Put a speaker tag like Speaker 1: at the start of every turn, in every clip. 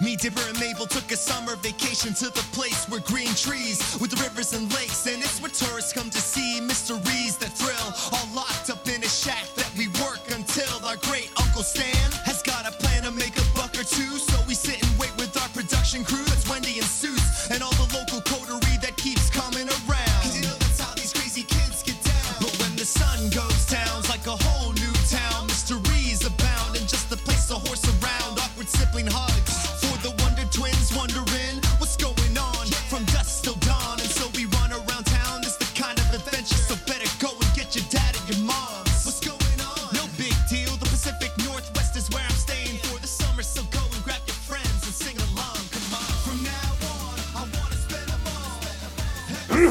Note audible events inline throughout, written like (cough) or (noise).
Speaker 1: Me, Dipper, and Mabel took a summer vacation to the place where green trees with rivers and lakes, and it's where tourists come to see mysteries that thrill. All locked up in a shack that we work until our great Uncle Stan has got a plan to make a buck or two. So we sit and wait with our production crew that's Wendy and Seuss, and all the local coterie that keeps coming around. 'Cause you know that's how these crazy kids get down. But when the sun goes down, it's like a whole new town. Mysteries abound, and just the place a horse around. Awkward sibling hugs for the Wonder Twins wondering what's going on from dusk till dawn. And so we run around town. It's the kind of adventure, so better go and get your dad and your mom. What's going on? No big deal. The Pacific Northwest is where I'm staying for the summer, so go and grab your friends and sing along. Come on. From now on, I wanna spend them all.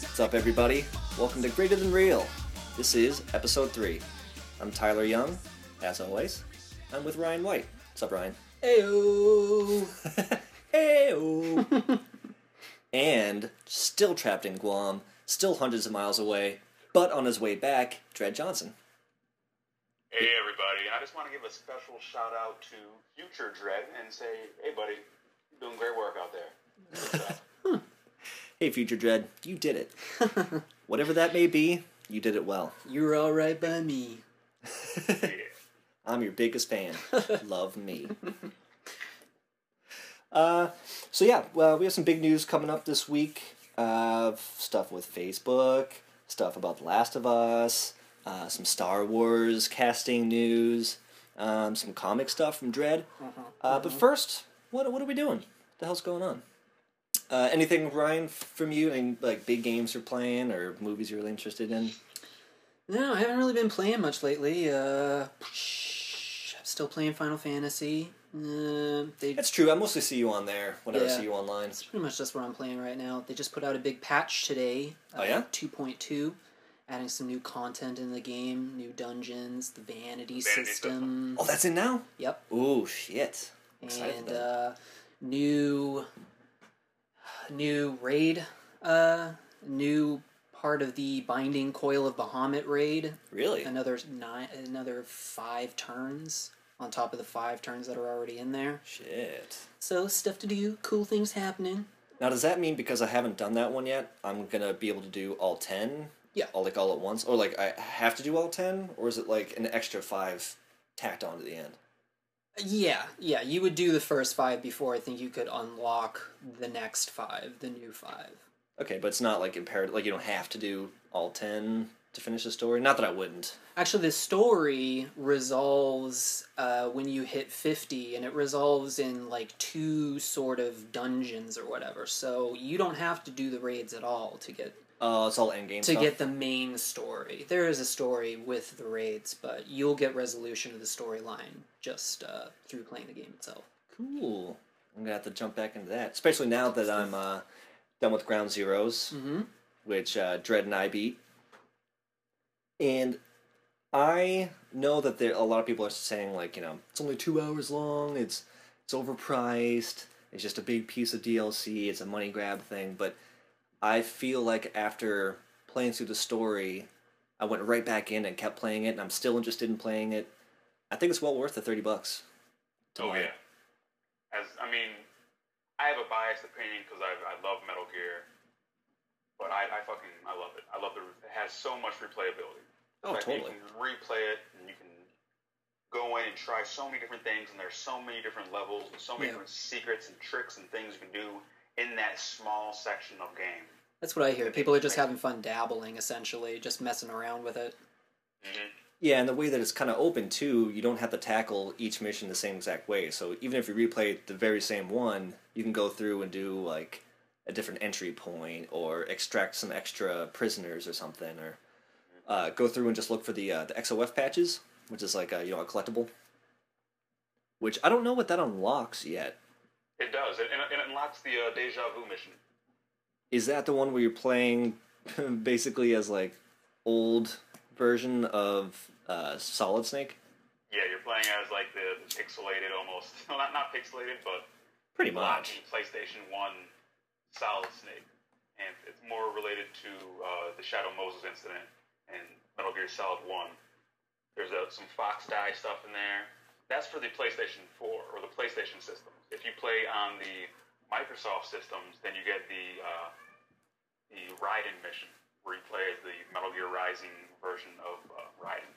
Speaker 2: What's up, everybody? Welcome to Greater Than Real. This is episode three. I'm Tyler Young. As always, I'm with Ryan White. What's up, Ryan? Heyo. (laughs) Heyo. (laughs) and still trapped in Guam, still hundreds of miles away, but on his way back, Dred Johnson.
Speaker 3: Hey everybody, I just want to give a special shout out to Future Dread and say, hey buddy, you're doing great work out there.
Speaker 2: Hey, future Dred, you did it. Whatever that may be, you did it well.
Speaker 4: You're all right by me.
Speaker 2: I'm your biggest fan. Love me. Uh, so yeah, well, we have some big news coming up this week. Uh, stuff with Facebook, stuff about The Last of Us, uh, some Star Wars casting news, um, some comic stuff from Dread. Uh, but first, what what are we doing? What the hell's going on? Uh, anything, Ryan, from you? Any like big games you're playing or movies you're really interested in?
Speaker 4: No, I haven't really been playing much lately. Uh, I'm still playing Final Fantasy. Uh, they
Speaker 2: It's true. I mostly see you on there whenever I
Speaker 4: Yeah.
Speaker 2: see you online.
Speaker 4: It's pretty much just what I'm playing right now. They just put out a big patch today. Uh,
Speaker 2: Oh, yeah?
Speaker 4: 2.2, adding some new content in the game, new dungeons, the vanity,
Speaker 3: system.
Speaker 4: system.
Speaker 2: Oh, that's in now.
Speaker 4: Yep.
Speaker 2: Oh shit! Excited
Speaker 4: and
Speaker 2: for that.
Speaker 4: uh, new new raid uh, new part of the binding coil of bahamut raid
Speaker 2: really?
Speaker 4: another nine another five turns on top of the five turns that are already in there
Speaker 2: Shit.
Speaker 4: so stuff to do cool things happening
Speaker 2: Now, does that mean because I haven't done that one yet, I'm gonna be able to do all ten?
Speaker 4: Yeah.
Speaker 2: All like all at once, or like I have to do all ten, or is it like an extra five tacked on to the end?
Speaker 4: yeah yeah you would do the first five before i think you could unlock the next five the new five
Speaker 2: Okay, but it's not like imperative. Like you don't have to do all ten to finish the story. Not that I wouldn't.
Speaker 4: Actually, the story resolves uh, when you hit 50, and it resolves in like two sort of dungeons or whatever. So you don't have to do the raids at all to get
Speaker 2: Uh, it's all end game
Speaker 4: to
Speaker 2: stuff.
Speaker 4: get the main story. There is a story with the raids, but you'll get resolution of the storyline just uh, through playing the game itself.
Speaker 2: cool. I'm gonna have to jump back into that, especially now that I'm uh, done with Ground Zeroes.
Speaker 4: Mm-hmm.
Speaker 2: which uh, Dread and I beat. And I know that there a lot of people are saying like you know it's only two hours long. It's it's overpriced. It's just a big piece of DLC. It's a money grab thing. But I feel like after playing through the story, I went right back in and kept playing it, and I'm still interested in playing it. I think it's well worth the thirty bucks.
Speaker 3: Oh yeah. As I mean, I have a biased opinion because I, I love Metal Gear, but I, I fucking I love it. I love the it has so much replayability.
Speaker 2: Oh,
Speaker 3: Like,
Speaker 2: totally.
Speaker 3: You can replay it and you can go in and try so many different things, and there's so many different levels and so many
Speaker 4: Yeah.
Speaker 3: different secrets and tricks and things you can do in that small section of game.
Speaker 4: That's what I hear. People are just having fun dabbling, essentially, just messing around with it.
Speaker 2: Yeah, and the way that it's kind of open too, you don't have to tackle each mission the same exact way. So even if you replay the very same one, you can go through and do like a different entry point or extract some extra prisoners or something, or uh, go through and just look for the uh, the XOF patches, which is like a, you know a collectible. Which I don't know what that unlocks yet.
Speaker 3: It does. It, and it unlocks the uh, deja vu mission.
Speaker 2: Is that the one where you're playing (laughs) basically as like old version of uh, Solid Snake?
Speaker 3: Yeah, you're playing as like the pixelated almost. (laughs) Well, not not pixelated, but
Speaker 2: Pretty
Speaker 3: locking
Speaker 2: much.
Speaker 3: PlayStation One Solid Snake, and it's more related to uh, the Shadow Moses incident and Metal Gear Solid One, There's uh some Fox Die stuff in there. That's for the PlayStation 4 or the PlayStation systems. If you play on the Microsoft systems, then you get the uh, the Raiden mission, where you play as the Metal Gear Rising version of uh, Raiden.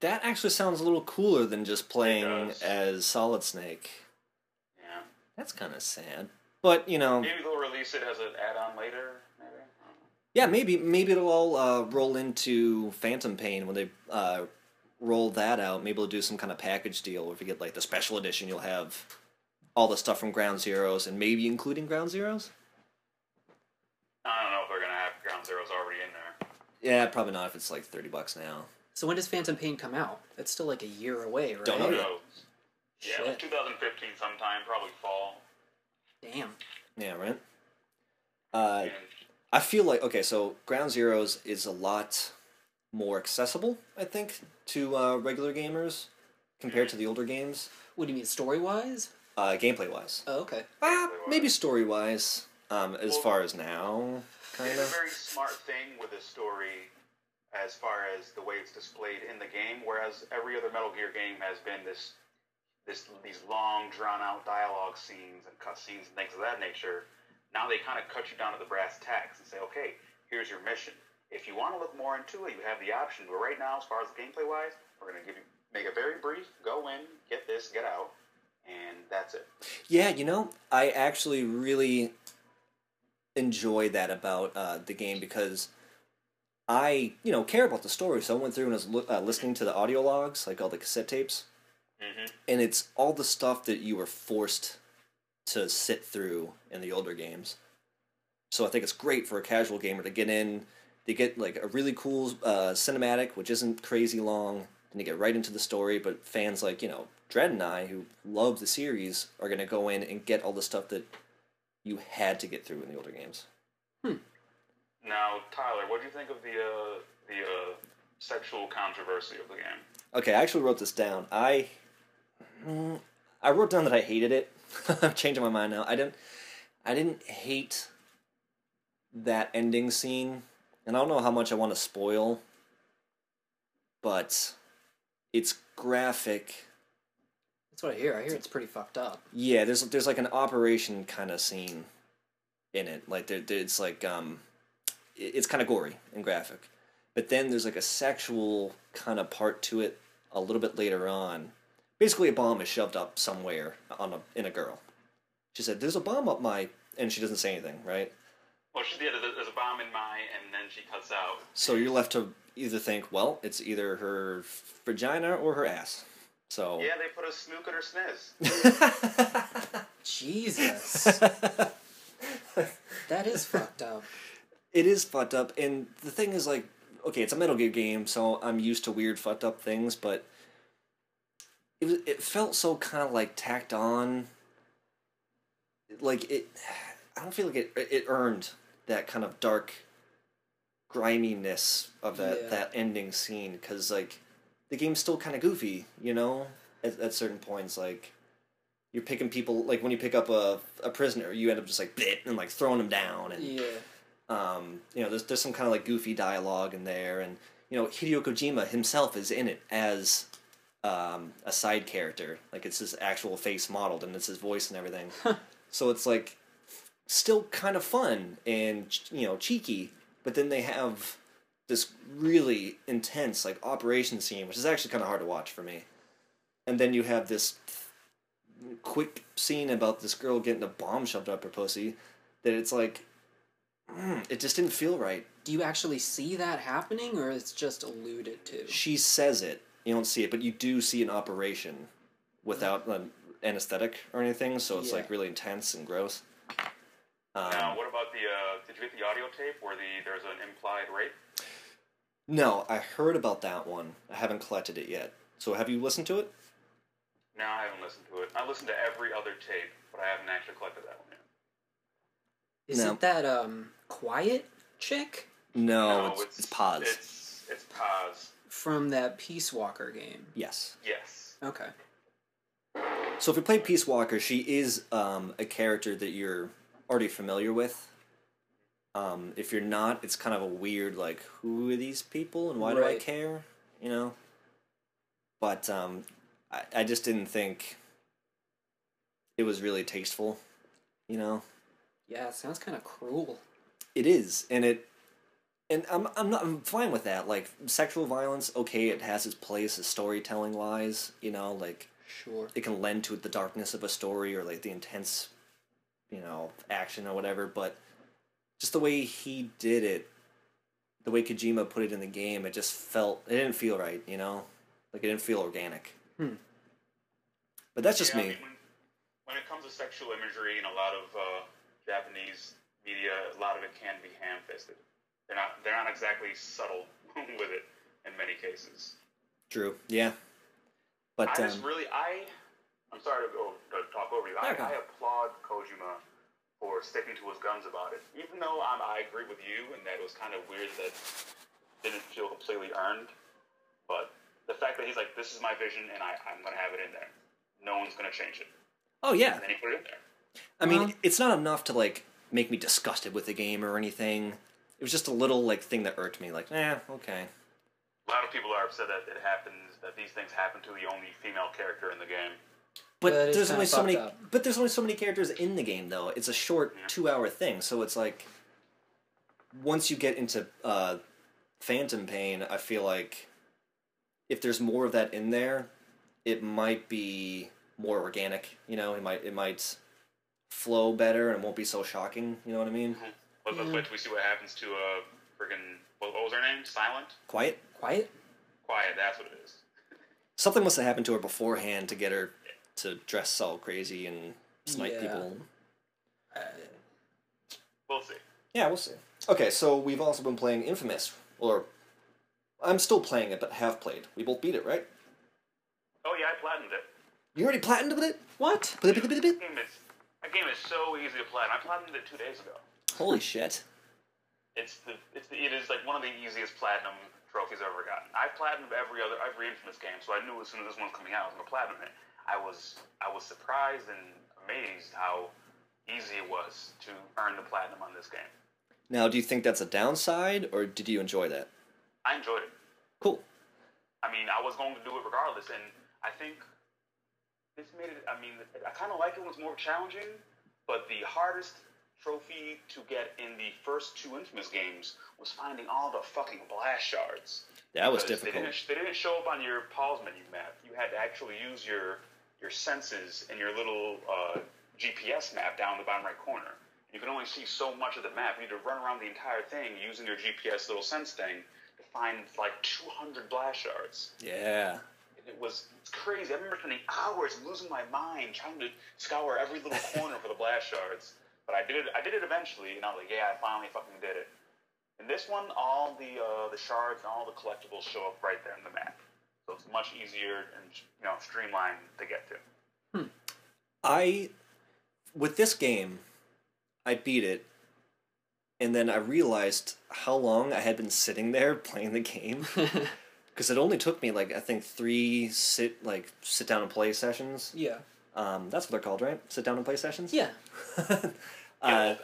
Speaker 2: That actually sounds a little cooler than just playing
Speaker 3: does.
Speaker 2: as Solid Snake.
Speaker 3: Yeah,
Speaker 2: That's kind of sad. But, you know,
Speaker 3: maybe they'll release it as an add-on later. Maybe. I don't know.
Speaker 2: yeah, maybe maybe it'll all uh, roll into Phantom Pain when they uh, roll that out. Maybe they'll do some kind of package deal where if you get like the special edition, you'll have all the stuff from Ground Zeroes and maybe including Ground Zeroes.
Speaker 3: I don't know if they're gonna have Ground Zeroes already in there.
Speaker 2: Yeah, probably not if it's like thirty bucks now.
Speaker 4: So when does Phantom Pain come out? That's still like a year away, right?
Speaker 2: Don't
Speaker 3: Who
Speaker 2: know. yeah.
Speaker 3: knows? Yeah, like
Speaker 4: Shit.
Speaker 3: 2015 sometime, probably fall.
Speaker 4: Damn.
Speaker 2: Yeah, right. Uh,
Speaker 3: And
Speaker 2: I feel like okay, so Ground Zeroes is a lot more accessible, I think, to uh, regular gamers compared to the older games,
Speaker 4: What do you mean, story wise?
Speaker 2: uh, gameplay wise.
Speaker 4: Oh, okay.
Speaker 2: Ah, maybe story wise, um, as
Speaker 3: Well-
Speaker 2: far as now, kind
Speaker 3: it's a
Speaker 2: of.
Speaker 3: very smart thing with this story as far as the way it's displayed in the game, whereas every other Metal Gear game has been this, this these long, drawn out dialogue scenes and cutscenes and things of that nature. Now they kind of cut you down to the brass tacks and say, okay, here's your mission. If you want to look more into it, you have the option. But right now, as far as gameplay wise, we're going to give you make a very brief go in, get this, get out, and that's it.
Speaker 2: Yeah, you know, I actually really enjoy that about uh, the game because I, you know, care about the story. So I went through and was lo- uh, listening to the audio logs, like all the cassette tapes,
Speaker 3: Mhm.
Speaker 2: and it's all the stuff that you were forced to sit through in the older games. So I think it's great for a casual gamer to get in. They get like a really cool uh, cinematic, which isn't crazy long, and you get right into the story. But fans like you know Dredd and I, who love the series, are gonna go in and get all the stuff that you had to get through in the older games.
Speaker 3: Now, Tyler, what do you think of the uh, the uh, sexual controversy of the game?
Speaker 2: Okay, I actually wrote this down. I mm, I wrote down that I hated it. (laughs) I'm changing my mind now. I didn't I didn't hate that ending scene, and I don't know how much I want to spoil, but it's graphic.
Speaker 4: That's what I hear. I hear it's pretty fucked up.
Speaker 2: Yeah, there's there's like an operation kind of scene in it. Like there, there it's like um, it- it's kind of gory and graphic, but then there's like a sexual kind of part to it a little bit later on. Basically, a bomb is shoved up somewhere on a in a girl. She said, "There's a bomb up my," and she doesn't say anything, right?
Speaker 3: Well, she did. There's a bomb in my, and then she cuts out.
Speaker 2: So you're left to either think, well, it's either her vagina or her ass. So
Speaker 3: Yeah, they put a snook in her sniz.
Speaker 2: (laughs)
Speaker 4: Jesus. that is fucked up.
Speaker 2: it is fucked up and the thing is like okay it's a metal gear game so i'm used to weird fucked up things but it was it felt so kind of like tacked on like it i don't feel like it it earned that kind of dark griminess of that
Speaker 4: Yeah.
Speaker 2: that ending scene because like the game's still kind of goofy you know at, at certain points like you're picking people like when you pick up a, a prisoner you end up just like bleh, and like throwing them down and
Speaker 4: Yeah.
Speaker 2: um, you know, there's there's some kind of like goofy dialogue in there, and you know, Hideo Kojima himself is in it as um, a side character. Like it's his actual face modeled, and it's his voice and everything. so it's like still kind of fun and ch- you know cheeky, but then they have this really intense like operation scene, which is actually kind of hard to watch for me. And then you have this quick scene about this girl getting a bomb shoved up her pussy. That it's like it just didn't feel right.
Speaker 4: Do you actually see that happening, or it's just alluded to?
Speaker 2: She says it. You don't see it, but you do see an operation without an anesthetic or anything, so it's
Speaker 4: Yeah.
Speaker 2: like really intense and gross. Um,
Speaker 3: Now, what about the? Uh, did you get the audio tape where the there's an implied rape?
Speaker 2: No, I heard about that one. I haven't collected it yet. So have you listened to it?
Speaker 3: No, I haven't listened to it. I listened to every other tape, but I haven't actually collected that one yet.
Speaker 4: Isn't that um quiet chick
Speaker 2: No, Oh, it's, it's, pause.
Speaker 3: It's it's pause.
Speaker 4: from that Peace Walker game?
Speaker 2: Yes.
Speaker 3: Yes.
Speaker 4: Okay.
Speaker 2: So if you play Peace Walker, she is um, a character that you're already familiar with. Um, if you're not, it's kind of a weird like, who are these people and why do I
Speaker 4: Right.
Speaker 2: care? You know. But um, I, I just didn't think it was really tasteful. You know,
Speaker 4: Yeah, it sounds kind of cruel.
Speaker 2: it is, and it, and I'm I'm not I'm fine with that. Like sexual violence, okay, it has its place as storytelling wise. You know, like
Speaker 4: Sure.
Speaker 2: it can lend to the darkness of a story or like the intense you know action or whatever but just the way he did it the way kojima put it in the game it just felt it didn't feel right you know like it didn't feel organic
Speaker 4: Hmm.
Speaker 2: but that's just
Speaker 3: Yeah, I
Speaker 2: me
Speaker 3: mean, when, when it comes to sexual imagery in a lot of uh, Japanese media, a lot of it can be ham-fisted. They're not they're not exactly subtle (laughs) with it in many cases.
Speaker 2: true yeah but
Speaker 3: I
Speaker 2: um,
Speaker 3: just really I I'm sorry to go to talk over you. I,
Speaker 2: Okay.
Speaker 3: I applaud Kojima for sticking to his guns about it. Even though I'm, I agree with you and that it was kind of weird that didn't feel completely earned, but the fact that he's like, this is my vision and I, I'm going to have it in there. No one's going to change it.
Speaker 2: oh yeah
Speaker 3: And then he put it in there.
Speaker 2: i mean
Speaker 3: Uh-huh.
Speaker 4: Well-
Speaker 2: it's not enough to like make me disgusted with the game or anything it was just a little like thing that irked me like nah okay
Speaker 3: A lot of people are upset that it happens that these things happen to the only female character in the game.
Speaker 2: But
Speaker 4: That is
Speaker 2: there's
Speaker 4: kinda
Speaker 2: only so
Speaker 4: fucked
Speaker 2: many.
Speaker 4: up.
Speaker 2: But there's only so many characters in the game, though. It's a short
Speaker 3: Yeah.
Speaker 2: two-hour thing, so it's like once you get into uh, Phantom Pain, I feel like if there's more of that in there, it might be more organic. You know, it might it might flow better and it won't be so shocking. You know what I mean?
Speaker 3: But let's wait till we see what happens to uh friggin' what, what was her name? Silent,
Speaker 2: Quiet.
Speaker 4: Quiet?
Speaker 3: quiet. That's what it is.
Speaker 2: Something must have happened to her beforehand to get her to dress all crazy and snipe
Speaker 4: Yeah.
Speaker 2: people.
Speaker 3: We'll see.
Speaker 2: Yeah, we'll see. Okay, so we've also been playing Infamous, or I'm still playing it, but have played. We both beat it, right?
Speaker 3: Oh yeah, I platinumed it.
Speaker 2: You already platinumed with it?
Speaker 4: What?
Speaker 2: Bit- bit- bit- bit?
Speaker 3: That game is that game is so easy to platinum. I platinumed it two days ago.
Speaker 2: Holy shit!
Speaker 3: It's the it's the, it is like one of the easiest platinum trophies I've ever gotten. I've platinumed every other every Infamous game, so I knew as soon as this one's coming out, I was gonna platinum it. I was I was surprised and amazed how easy it was to earn the platinum on this game.
Speaker 2: Now, do you think that's a downside, or did you enjoy that?
Speaker 3: I enjoyed it.
Speaker 2: Cool.
Speaker 3: I mean, I was going to do it regardless, and I think this made it. I mean, I kind of like it when it's more challenging, but the hardest trophy to get in the first two Infamous games was finding all the fucking blast shards.
Speaker 2: That was
Speaker 3: Because They
Speaker 2: difficult.
Speaker 3: didn't, they didn't show up on your pause menu map. You had to actually use your your senses and your little uh, GPS map down in the bottom right corner. You can only see so much of the map. You need to run around the entire thing using your GPS little sense thing to find like 200 blast shards.
Speaker 2: Yeah.
Speaker 3: And it was it's crazy. I remember spending hours losing my mind trying to scour every little corner for the blast shards. But I did it. I did it eventually, and I was like, "Yeah, I finally fucking did it." In this one, all the uh, the shards and all the collectibles show up right there in the map, so it's much easier and you know streamlined to get to.
Speaker 2: I, with this game, I beat it, and then I realized how long I had been sitting there (laughs) playing the game. Because it only took me like I think three sit like sit down and play sessions.
Speaker 4: Yeah.
Speaker 2: Um, that's what they're called, right? Sit down and play sessions.
Speaker 4: Yeah.
Speaker 2: uh,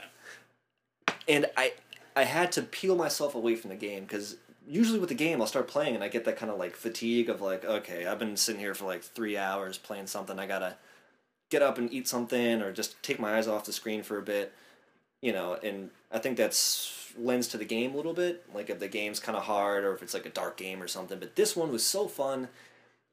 Speaker 2: and I I had to peel myself away from the game because usually with the game I'll start playing and I get that kind of like fatigue of like okay I've been sitting here for like three hours playing something I gotta get up and eat something or just take my eyes off the screen for a bit you know and I think that's lends to the game a little bit like if the game's kind of hard or if it's like a dark game or something but this one was so fun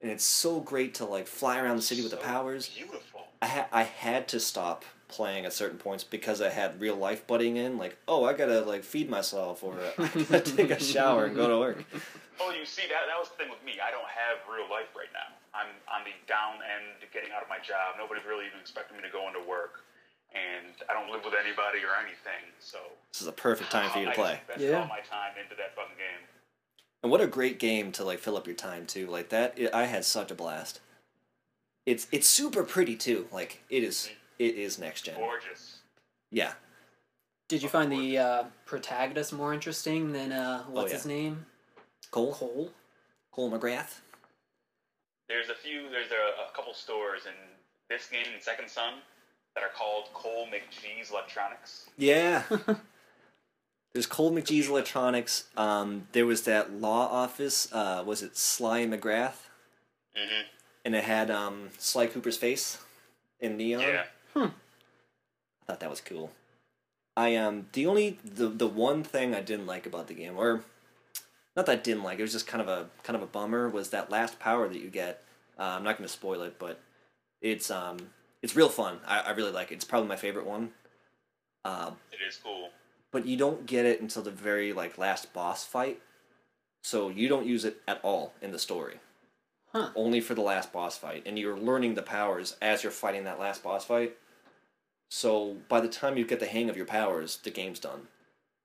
Speaker 2: and it's so great to like fly around the city with the
Speaker 3: So
Speaker 2: powers
Speaker 3: Beautiful.
Speaker 2: I ha- I had to stop playing at certain points because I had real life butting in, like, oh, I gotta like feed myself or (laughs) I gotta take a shower and go to work.
Speaker 3: Oh, you see that that was the thing with me. I don't have real life right now. I'm on the down end getting out of my job. Nobody's really even expecting me to go into work. And I don't live with anybody or anything, so
Speaker 2: This is a perfect time for you to
Speaker 3: I
Speaker 2: play.
Speaker 3: just invested
Speaker 4: Yeah.
Speaker 3: all my time into that fucking game.
Speaker 2: And what a great game to like fill up your time too. Like that, I I had such a blast. It's it's super pretty too. Like it is it is next gen.
Speaker 3: Gorgeous.
Speaker 2: Yeah.
Speaker 4: Did you find the uh, protagonist more interesting than uh, what's
Speaker 2: Oh, yeah.
Speaker 4: his name?
Speaker 2: Cole
Speaker 4: Cole?
Speaker 2: Cole McGrath.
Speaker 3: There's a few. There's a, a couple stores in this game and Second Son that are called Cole McGee's Electronics.
Speaker 2: Yeah. (laughs) There's Cold McGee's Electronics. Um, there was that law office. Uh, was it Sly and McGrath?
Speaker 3: Mm-hmm.
Speaker 2: And it had um, Sly Cooper's face in neon.
Speaker 3: Yeah.
Speaker 2: I thought that was cool. I um the only the the one thing I didn't like about the game, or not that I didn't like, it was just kind of a kind of a bummer, was that last power that you get. Uh, I'm not going to spoil it, but it's um it's real fun. I, I really like it. It's probably my favorite one. Uh,
Speaker 3: It is cool.
Speaker 2: but you don't get it until the very like last boss fight, so you don't use it at all in the story.
Speaker 4: Huh.
Speaker 2: Only for the last boss fight, and you're learning the powers as you're fighting that last boss fight. So by the time you get the hang of your powers, the game's done.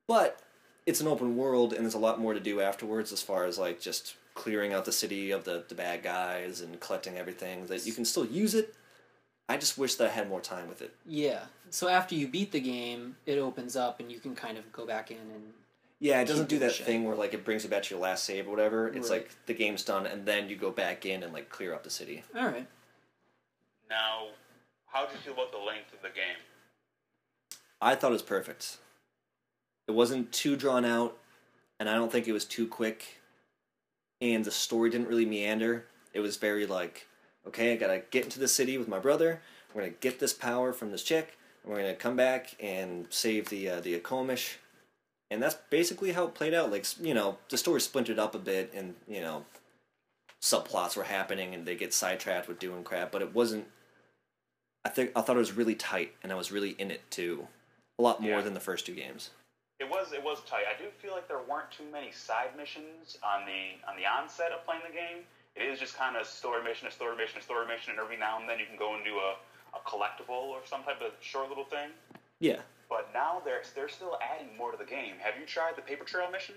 Speaker 2: But it's an open world, and there's a lot more to do afterwards, as far as like just clearing out the city of the the bad guys and collecting everything. That you can still use it. I just wish that I had more time with it.
Speaker 4: Yeah. So after you beat the game, it opens up and you can kind of go back in and
Speaker 2: Yeah, it doesn't
Speaker 4: keep
Speaker 2: do
Speaker 4: doing
Speaker 2: that
Speaker 4: shit.
Speaker 2: thing where like it brings you back to your last save or whatever. It's
Speaker 4: Right.
Speaker 2: like the game's done and then you go back in and like clear up the city.
Speaker 4: all right.
Speaker 3: Now, how do you feel about the length of the game?
Speaker 2: I thought it was perfect. It wasn't too drawn out, and I don't think it was too quick. And the story didn't really meander. It was very like, okay, I gotta get into the city with my brother. We're gonna get this power from this chick. And we're gonna come back and save the uh, the Akomish. And that's basically how it played out. Like s- you know, the story splintered up a bit, and you know, subplots were happening, and they get sidetracked with doing crap. But it wasn't. I think I thought it was really tight, and I was really in it too a lot more
Speaker 3: Yeah.
Speaker 2: than the first two games.
Speaker 3: It was it was tight. I do feel like there weren't too many side missions on the on the onset of playing the game. It is just kind of story mission, a story mission, a story mission, and every now and then you can go and do a, a collectible or some type of short little thing.
Speaker 2: Yeah,
Speaker 3: But now they're they're still adding more to the game. Have you tried the paper trail mission?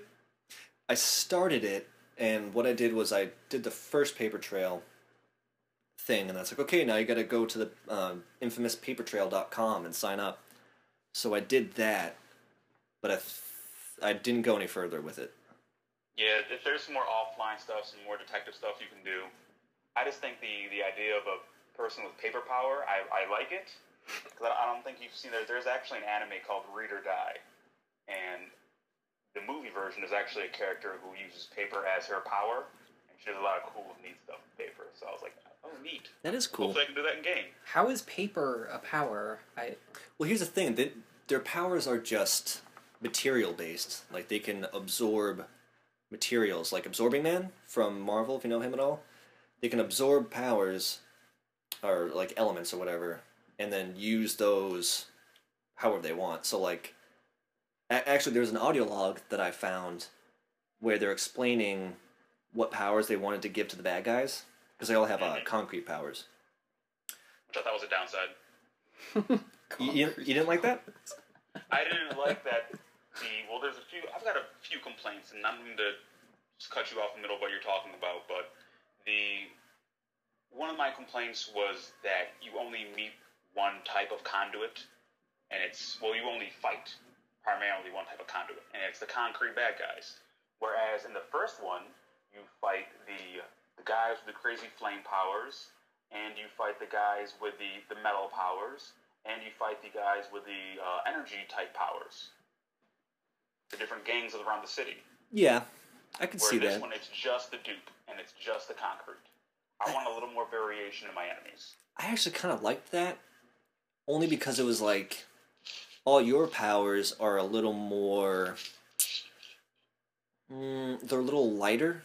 Speaker 2: I started it, and what I did was I did the first paper trail thing, and that's like, okay, now you got to go to the um, infamous papertrail.com and sign up. So I did that, but I, th- I didn't go any further with it.
Speaker 3: Yeah, if there's some more offline stuff, some more detective stuff you can do. I just think the, the idea of a person with paper power, I, I like it. 'Cause I don't think you've seen there. There's actually an anime called Read or Die, and the movie version is actually a character who uses paper as her power, and she does a lot of cool, neat stuff with paper. So I was like, oh, neat.
Speaker 2: That is cool.
Speaker 3: Hopefully, I can do that in game.
Speaker 4: How is paper a power? I
Speaker 2: Well, here's the thing that their powers are just material based. Like they can absorb materials, like Absorbing Man from Marvel, if you know him at all. They can absorb powers or like elements or whatever, and then use those however they want. So like, a- actually, there's an audio log that I found where they're explaining what powers they wanted to give to the bad guys because they all have
Speaker 3: Mm-hmm.
Speaker 2: uh, concrete powers.
Speaker 3: Which I thought was a downside.
Speaker 2: You, you, you didn't like that?
Speaker 3: I didn't like that. The well, there's a few. I've got a few complaints, and I'm going to just cut you off in the middle of what you're talking about. But the one of my complaints was that you only meet one type of conduit, and it's well, you only fight primarily one type of conduit, and it's the concrete bad guys. Whereas in the first one, you fight the the guys with the crazy flame powers, and you fight the guys with the, the metal powers, and you fight the guys with the uh, energy type powers. The different gangs around the city.
Speaker 2: Yeah, I could
Speaker 3: Where
Speaker 2: see
Speaker 3: in this
Speaker 2: that.
Speaker 3: one, it's just the dupe, and it's just the concrete. I want a little more variation in my enemies.
Speaker 2: I actually kind of liked that, only because it was like all your powers are a little more. Mm, they're a little lighter.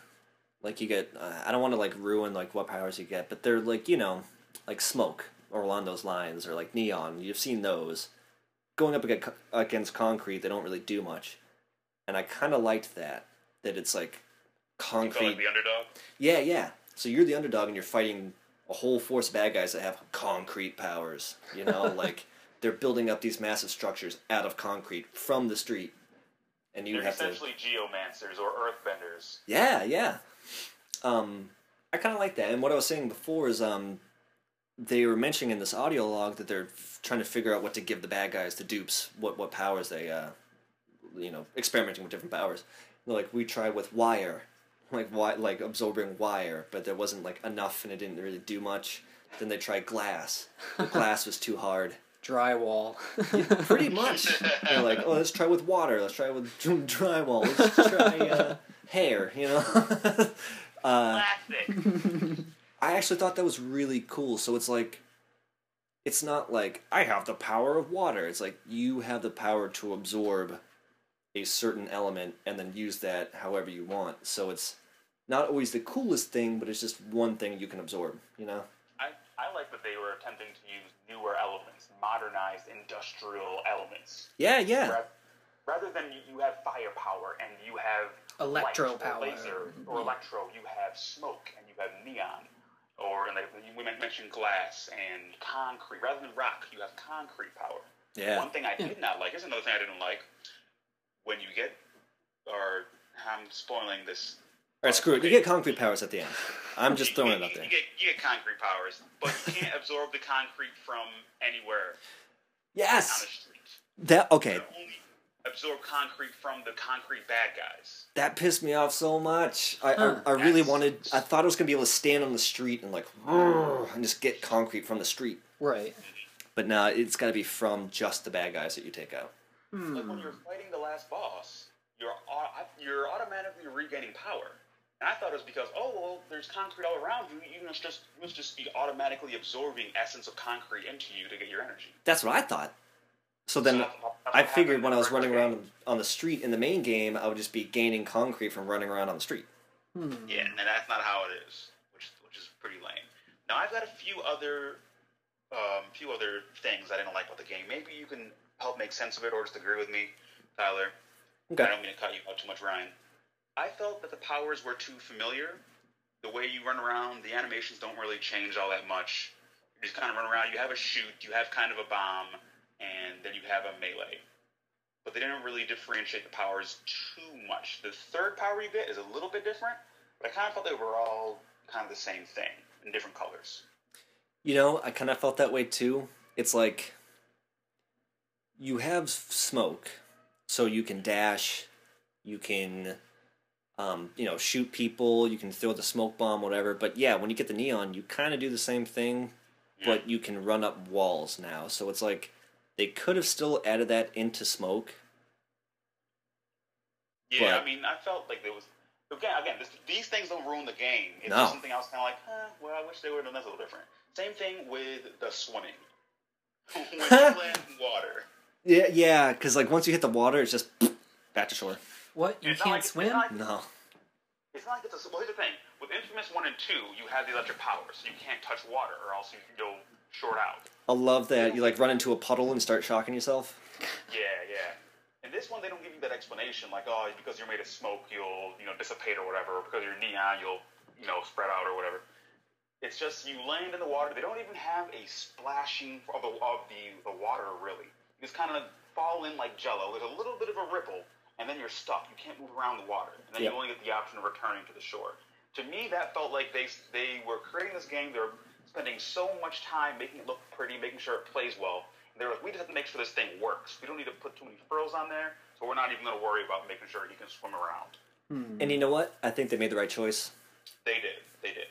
Speaker 2: Like you get, uh, I don't want to like ruin like what powers you get, but they're like you know, like smoke or along those lines or like neon. You've seen those. Going up aga- against concrete, they don't really do much, and I kind of liked that. That it's like
Speaker 3: You feel
Speaker 2: concrete
Speaker 3: like the underdog?
Speaker 2: yeah, yeah. So you're the underdog and you're fighting a whole force of bad guys that have concrete powers. You know, like they're building up these massive structures out of concrete from the street. And you
Speaker 3: They're
Speaker 2: have to
Speaker 3: essentially geomancers or earthbenders.
Speaker 2: yeah, yeah. Um, I kind of like that. And what I was saying before is, um, they were mentioning in this audio log that they're f- trying to figure out what to give the bad guys, the dupes, what what powers they, uh, you know, experimenting with different powers. And they're like we tried with wire, like wi- like absorbing wire, but there wasn't like enough, and it didn't really do much. Then they tried glass. The glass was too hard.
Speaker 4: drywall. (laughs)
Speaker 2: Pretty much. They're like, oh, let's try with water. Let's try with dr- drywall. Let's try uh, hair. You know. (laughs) uh,
Speaker 5: Plastic.
Speaker 2: I actually thought that was really cool. So it's like, it's not like I have the power of water. It's like you have the power to absorb a certain element and then use that however you want. So it's not always the coolest thing, but it's just one thing you can absorb. You know.
Speaker 3: I, I like that they were attempting to use newer elements, modernized industrial elements.
Speaker 2: Yeah, yeah,
Speaker 3: Ra- Rather than you- you have firepower and you have light
Speaker 4: Electro
Speaker 3: or
Speaker 4: power. Mm-hmm.
Speaker 3: laser or electro, you have smoke and you have neon, or and like we men- mentioned glass and concrete. Rather than rock, you have concrete power.
Speaker 2: yeah.
Speaker 3: One thing I did not like. Here's another thing I didn't like. When you get, or I'm spoiling this.
Speaker 2: All right, screw it. You get concrete powers at the end. I'm just
Speaker 3: You-
Speaker 2: throwing
Speaker 3: you-
Speaker 2: it out there.
Speaker 3: You get, you get concrete powers, but you can't (laughs) absorb the concrete from anywhere on the
Speaker 2: Yes.
Speaker 3: street.
Speaker 2: That okay.
Speaker 3: You can only absorb concrete from the concrete bad guys.
Speaker 2: That pissed me off so much. I
Speaker 4: Huh.
Speaker 2: I, I really
Speaker 3: That's-
Speaker 2: wanted. I thought I was gonna be able to stand on the street and like, and just get concrete from the street.
Speaker 4: right.
Speaker 2: But no, it's got to be from just the bad guys that you take out.
Speaker 3: Like when you're fighting the last boss, you're au- you're automatically regaining power. And I thought it was because oh well, there's concrete all around you. You must just you must just be automatically absorbing essence of concrete into you to get your energy.
Speaker 2: That's what I thought. So then
Speaker 3: So that's what- that's
Speaker 2: I
Speaker 3: what
Speaker 2: figured
Speaker 3: happened
Speaker 2: when I
Speaker 3: in
Speaker 2: was
Speaker 3: the
Speaker 2: running
Speaker 3: first
Speaker 2: around on the street in the main game, I would just be gaining concrete from running around on the street.
Speaker 3: Yeah, and that's not how it is, which which is pretty lame. Now I've got a few other um, few other things I didn't like about the game. Maybe you can help make sense of it, or just agree with me, Tyler. I
Speaker 2: Okay.
Speaker 3: don't mean to cut you out too much, Ryan. I felt that the powers were too familiar. The way you run around, the animations don't really change all that much. You just kind of run around. You have a shoot, you have kind of a bomb, and then you have a melee. But they didn't really differentiate the powers too much. The third power you get is a little bit different, but I kind of felt they were all kind of the same thing in different colors.
Speaker 2: You know, I kind of felt that way too. It's like you have s- smoke, so you can dash, you can, um, you know, shoot people, you can throw the smoke bomb, whatever. But yeah, when you get the neon, you kind of do the same thing, but you can run up walls now. So it's like they could have still added that into smoke.
Speaker 3: Yeah,
Speaker 2: But-
Speaker 3: I mean, I felt like there was again, again, this, these things don't ruin the game. It's
Speaker 2: No.
Speaker 3: just something I was kind of like, huh, well, I wish they would have done this a little different. Same thing with the swimming. (laughs) when you land in water,
Speaker 2: Yeah, yeah, because like once you hit the water, it's just (sniffs) back to shore.
Speaker 4: What? You
Speaker 3: It's not
Speaker 4: can't
Speaker 3: like- it's
Speaker 4: swim?
Speaker 3: not-
Speaker 2: No.
Speaker 3: it's not like it's a. Well, here's the thing: with Infamous One and Two, you have the electric power, so you can't touch water, or else you, you'll short out.
Speaker 2: I love that you like run into a puddle and start shocking yourself.
Speaker 3: Yeah, yeah. In this one, they don't give you that explanation, like, oh, because you're made of smoke, you'll, you know, dissipate or whatever, or because you're neon, you'll, you know, spread out or whatever. It's just you land in the water. They don't even have a splashing of the, of the, the water, really. You just kind of fall in like jello. There's a little bit of a ripple, and then you're stuck. You can't move around the water. And then
Speaker 2: Yeah.
Speaker 3: you only get the option of returning to the shore. To me, that felt like they, they were creating this game. They were spending so much time making it look pretty, making sure it plays well. And they were like, we just have to make sure this thing works. We don't need to put too many frills on there, so we're not even going to worry about making sure he can swim around.
Speaker 2: And you know what? I think they made the right choice.
Speaker 3: They did. They did.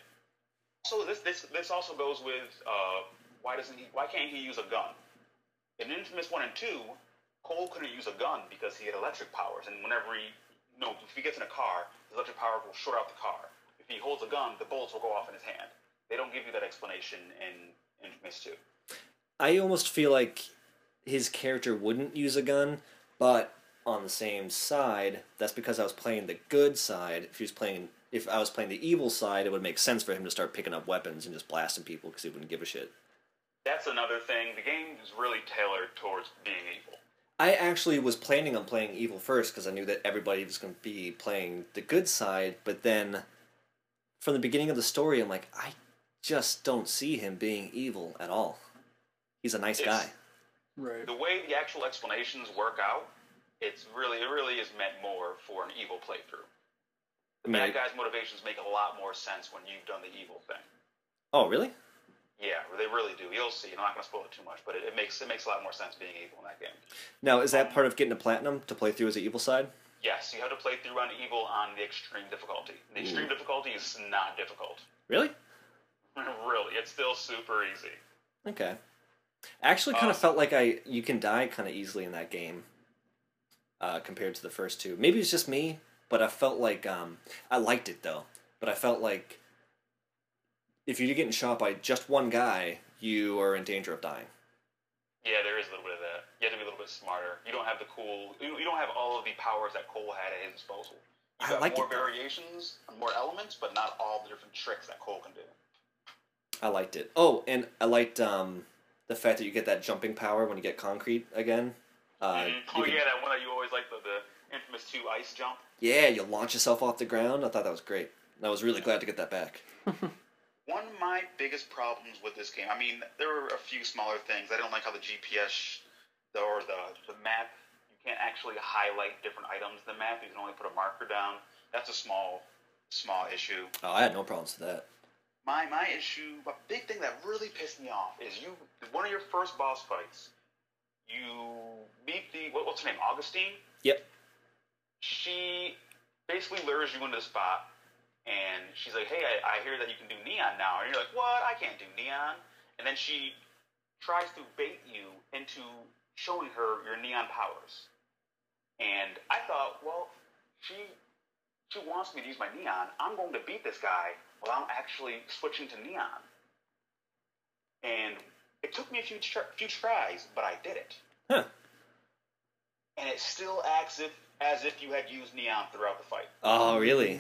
Speaker 3: So this this this also goes with uh, why doesn't he? Why can't he use a gun? In Infamous One and Two, Cole couldn't use a gun because he had electric powers, and whenever he no, if he gets in a car, his electric power will short out the car. If he holds a gun, the bullets will go off in his hand. They don't give you that explanation in Infamous Two.
Speaker 2: I almost feel like his character wouldn't use a gun, but on the same side, that's because I was playing the good side. If he was playing, if I was playing the evil side, it would make sense for him to start picking up weapons and just blasting people because he wouldn't give a shit.
Speaker 3: That's another thing. The game is really tailored towards being evil.
Speaker 2: I actually was planning on playing evil first because I knew that everybody was going to be playing the good side, but then from the beginning of the story, I'm like, I just don't see him being evil at all. He's a nice
Speaker 3: Yes.
Speaker 2: guy.
Speaker 3: (laughs)
Speaker 4: Right.
Speaker 3: The way the actual explanations work out, it's really it really is meant more for an evil playthrough. The
Speaker 2: Maybe.
Speaker 3: bad guy's motivations make a lot more sense when you've done the evil thing.
Speaker 2: Oh, really?
Speaker 3: Yeah, they really do. You'll see. I'm not going to spoil it too much, but it, it makes it makes a lot more sense being evil in that game.
Speaker 2: Now, is that part of getting a platinum to play through as the evil side?
Speaker 3: Yes, you have to play through on evil on the extreme difficulty. The extreme difficulty is not difficult. (laughs)
Speaker 2: Really?
Speaker 3: really, it's still super easy.
Speaker 2: Okay. I actually kind of
Speaker 3: Awesome.
Speaker 2: felt like I you can die kind of easily in that game uh, compared to the first two. Maybe it's just me, but I felt like um, I liked it though. But I felt like if you're getting shot by just one guy, you are in danger of dying.
Speaker 3: Yeah, there is a little bit of that. You have to be a little bit smarter. You don't have the cool. You you don't have all of the powers that Cole had at his disposal. You
Speaker 2: I
Speaker 3: have
Speaker 2: like
Speaker 3: more
Speaker 2: it, though.
Speaker 3: variations, more elements, but not all the different tricks that Cole can do.
Speaker 2: I liked it. Oh, and I liked um, the fact that you get that jumping power when you get concrete again. Uh,
Speaker 3: Mhm.
Speaker 2: you
Speaker 3: Oh
Speaker 2: can-
Speaker 3: yeah, that one that you always like the, the infamous two ice jump.
Speaker 2: yeah, you launch yourself off the ground. I thought that was great. And I was really glad to get that back.
Speaker 3: One of my biggest problems with this game, I mean, there were a few smaller things. I didn't like how the GPS sh- the, or the, the map, you can't actually highlight different items in the map. You can only put a marker down. That's a small, small issue.
Speaker 2: Oh, I had no problems with that.
Speaker 3: My, my issue, my big thing that really pissed me off is you, one of your first boss fights, you meet the, what, what's her name, Augustine?
Speaker 2: Yep.
Speaker 3: she basically lures you into the spot and she's like, Hey, I, I hear that you can do neon now. And you're like, What? I can't do neon. And then she tries to bait you into showing her your neon powers. And I thought, Well, she she wants me to use my neon. I'm going to beat this guy while I'm actually switching to neon. And it took me a few, tr- few tries, but I did it
Speaker 2: Huh.
Speaker 3: and it still acts if, as if you had used neon throughout the fight.
Speaker 2: Oh, really?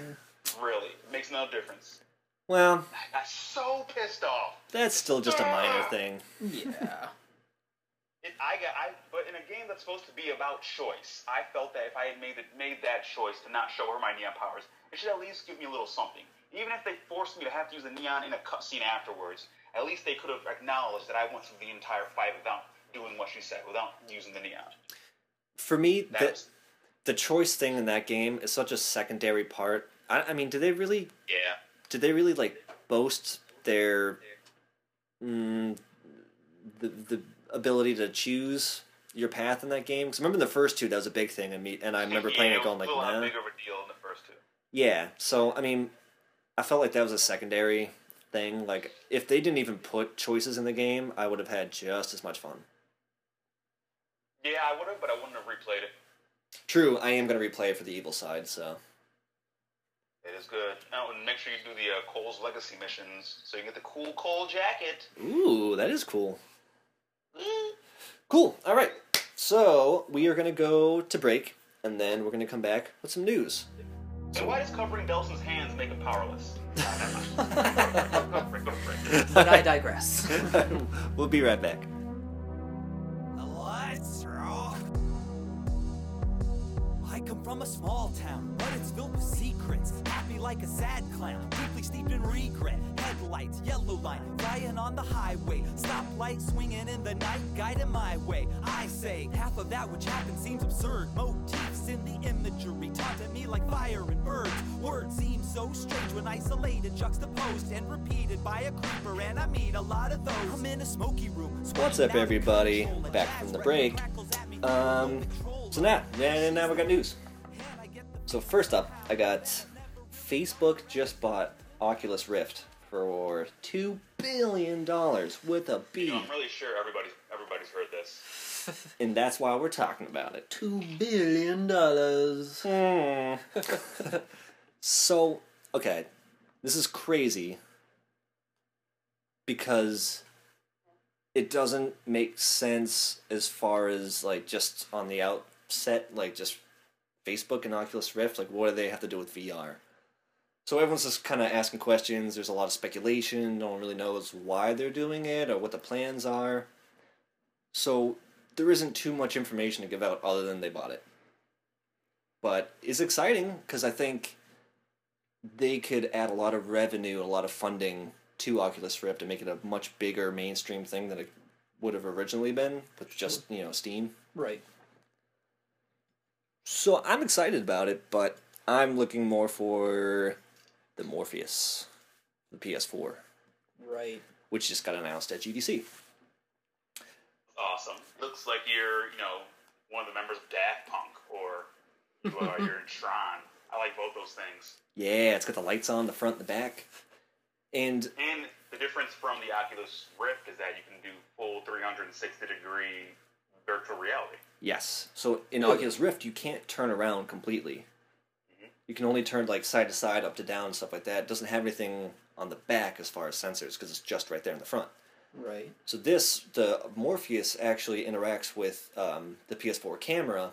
Speaker 3: Really, it makes no difference.
Speaker 2: Well,
Speaker 3: I got so pissed off.
Speaker 2: that's still just a minor thing.
Speaker 4: Yeah.
Speaker 3: It, I got, I, but in a game that's supposed to be about choice, I felt that if I had made the, made that choice to not show her my neon powers, it should at least give me a little something. Even if they forced me to have to use the neon in a cutscene afterwards, at least they could have acknowledged that I went through the entire fight without doing what she said, without using the neon.
Speaker 2: For me,
Speaker 3: That
Speaker 2: the,
Speaker 3: was,
Speaker 2: the choice thing in that game is such a secondary part. I, I mean, do they really
Speaker 3: yeah.
Speaker 2: did they really like boast their mm, the the ability to choose your path in that game? Because remember in the first two, that was a big thing, and me and I remember playing
Speaker 3: Yeah,
Speaker 2: it going
Speaker 3: was
Speaker 2: like,
Speaker 3: a lot
Speaker 2: nah.
Speaker 3: bigger of a deal in the first two.
Speaker 2: Yeah, so I mean, I felt like that was a secondary thing. Like if they didn't even put choices in the game, I would have had just as much fun.
Speaker 3: Yeah, I would have, but I wouldn't have replayed it.
Speaker 2: True, I am gonna replay it for the evil side, so
Speaker 3: It is good. Oh, and make sure you do the uh, Cole's Legacy missions so you can get the cool Cole jacket.
Speaker 2: Ooh, that is cool. Cool. All right. So we are gonna go to break, and then we're gonna come back with some news.
Speaker 3: So why does covering Delson's hands make him powerless? Go for it, go for it.
Speaker 4: But
Speaker 2: (laughs)
Speaker 4: I digress. (laughs)
Speaker 2: we'll be right back.
Speaker 1: Let's rock. I come from a small town, but it's filled with secrets. Happy like a sad clown, deeply steeped in regret. Headlights, yellow line, flying on the highway. Stoplight swinging in the night, guiding my way. I say, half of that which happened seems absurd. Motifs in the imagery taunted me like fire and birds. Words seem so strange when isolated, juxtaposed, and repeated by a creeper. And I meet a lot of those. I'm in a smoky room.
Speaker 2: What's up, everybody? Back from the break. Um, so now, now, now we got news. So first up, I got Facebook just bought Oculus Rift for two billion dollars with a
Speaker 3: You
Speaker 2: B,
Speaker 3: know, I'm really sure everybody's everybody's heard this.
Speaker 2: and that's why we're talking about it.
Speaker 4: Two billion dollars.
Speaker 2: Hmm. (laughs) so, okay, this is crazy because it doesn't make sense as far as like just on the outset, like just Facebook and Oculus Rift. Like, what do they have to do with VR? So everyone's just kind of asking questions. There's a lot of speculation. No one really knows why they're doing it or what the plans are. So there isn't too much information to give out other than they bought it but is exciting because I think they could add a lot of revenue, a lot of funding to Oculus Rift and make it a much bigger mainstream thing than it would have originally been with just you know Steam.
Speaker 4: Right.
Speaker 2: So I'm excited about it, but I'm looking more for the Morpheus, the PS4,
Speaker 4: Right.
Speaker 2: which just got announced at GDC.
Speaker 3: Awesome. Looks like you're, you know, one of the members of Daft Punk, or you are, you're in Tron. I like both those things.
Speaker 2: Yeah, it's got the lights on the front and the back, and
Speaker 3: And the difference from the Oculus Rift is that you can do full 360 360 degree virtual reality.
Speaker 2: Yes. So in Oculus Rift, you can't turn around completely.
Speaker 4: Mm-hmm.
Speaker 2: You can only turn like side to side, up to down, stuff like that. It doesn't have anything on the back as far as sensors because it's just right there in the front.
Speaker 4: Right.
Speaker 2: So this, the Morpheus actually interacts with um, the PS4 camera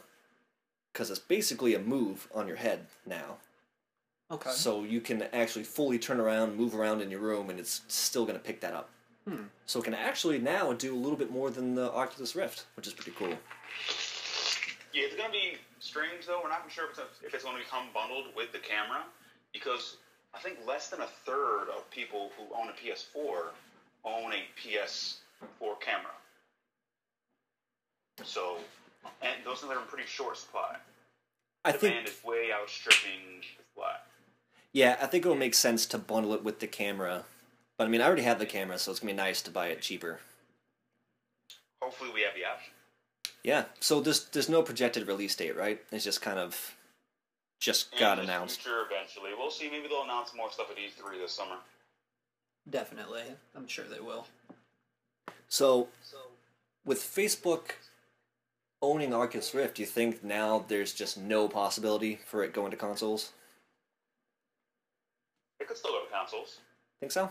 Speaker 2: because it's basically a move on your head now.
Speaker 4: Okay.
Speaker 2: So you can actually fully turn around, move around in your room, and it's still going to pick that up.
Speaker 4: Hmm.
Speaker 2: So it can actually now do a little bit more than the Oculus Rift, which is pretty cool.
Speaker 3: Yeah, it's gonna be strange though. We're not sure if it's, if it's gonna become bundled with the camera because I think less than a third of people who own a PS4 own a PS4 camera. So, and those things are in pretty short supply.
Speaker 2: I think,
Speaker 3: Demand is way outstripping supply.
Speaker 2: yeah, I think it'll make sense to bundle it with the camera. But I mean, I already have the camera, so it's gonna be nice to buy it cheaper.
Speaker 3: Hopefully, we have the option.
Speaker 2: Yeah. So there's there's no projected release date, right? It's just kind of just got
Speaker 3: In the
Speaker 2: announced.
Speaker 3: Future eventually, we'll see. Maybe they'll announce more stuff at E3 this summer.
Speaker 4: Definitely. I'm sure they will.
Speaker 2: So with Facebook owning Oculus Rift, do you think now there's just no possibility for it going to consoles?
Speaker 3: It could still go to consoles.
Speaker 2: Think so?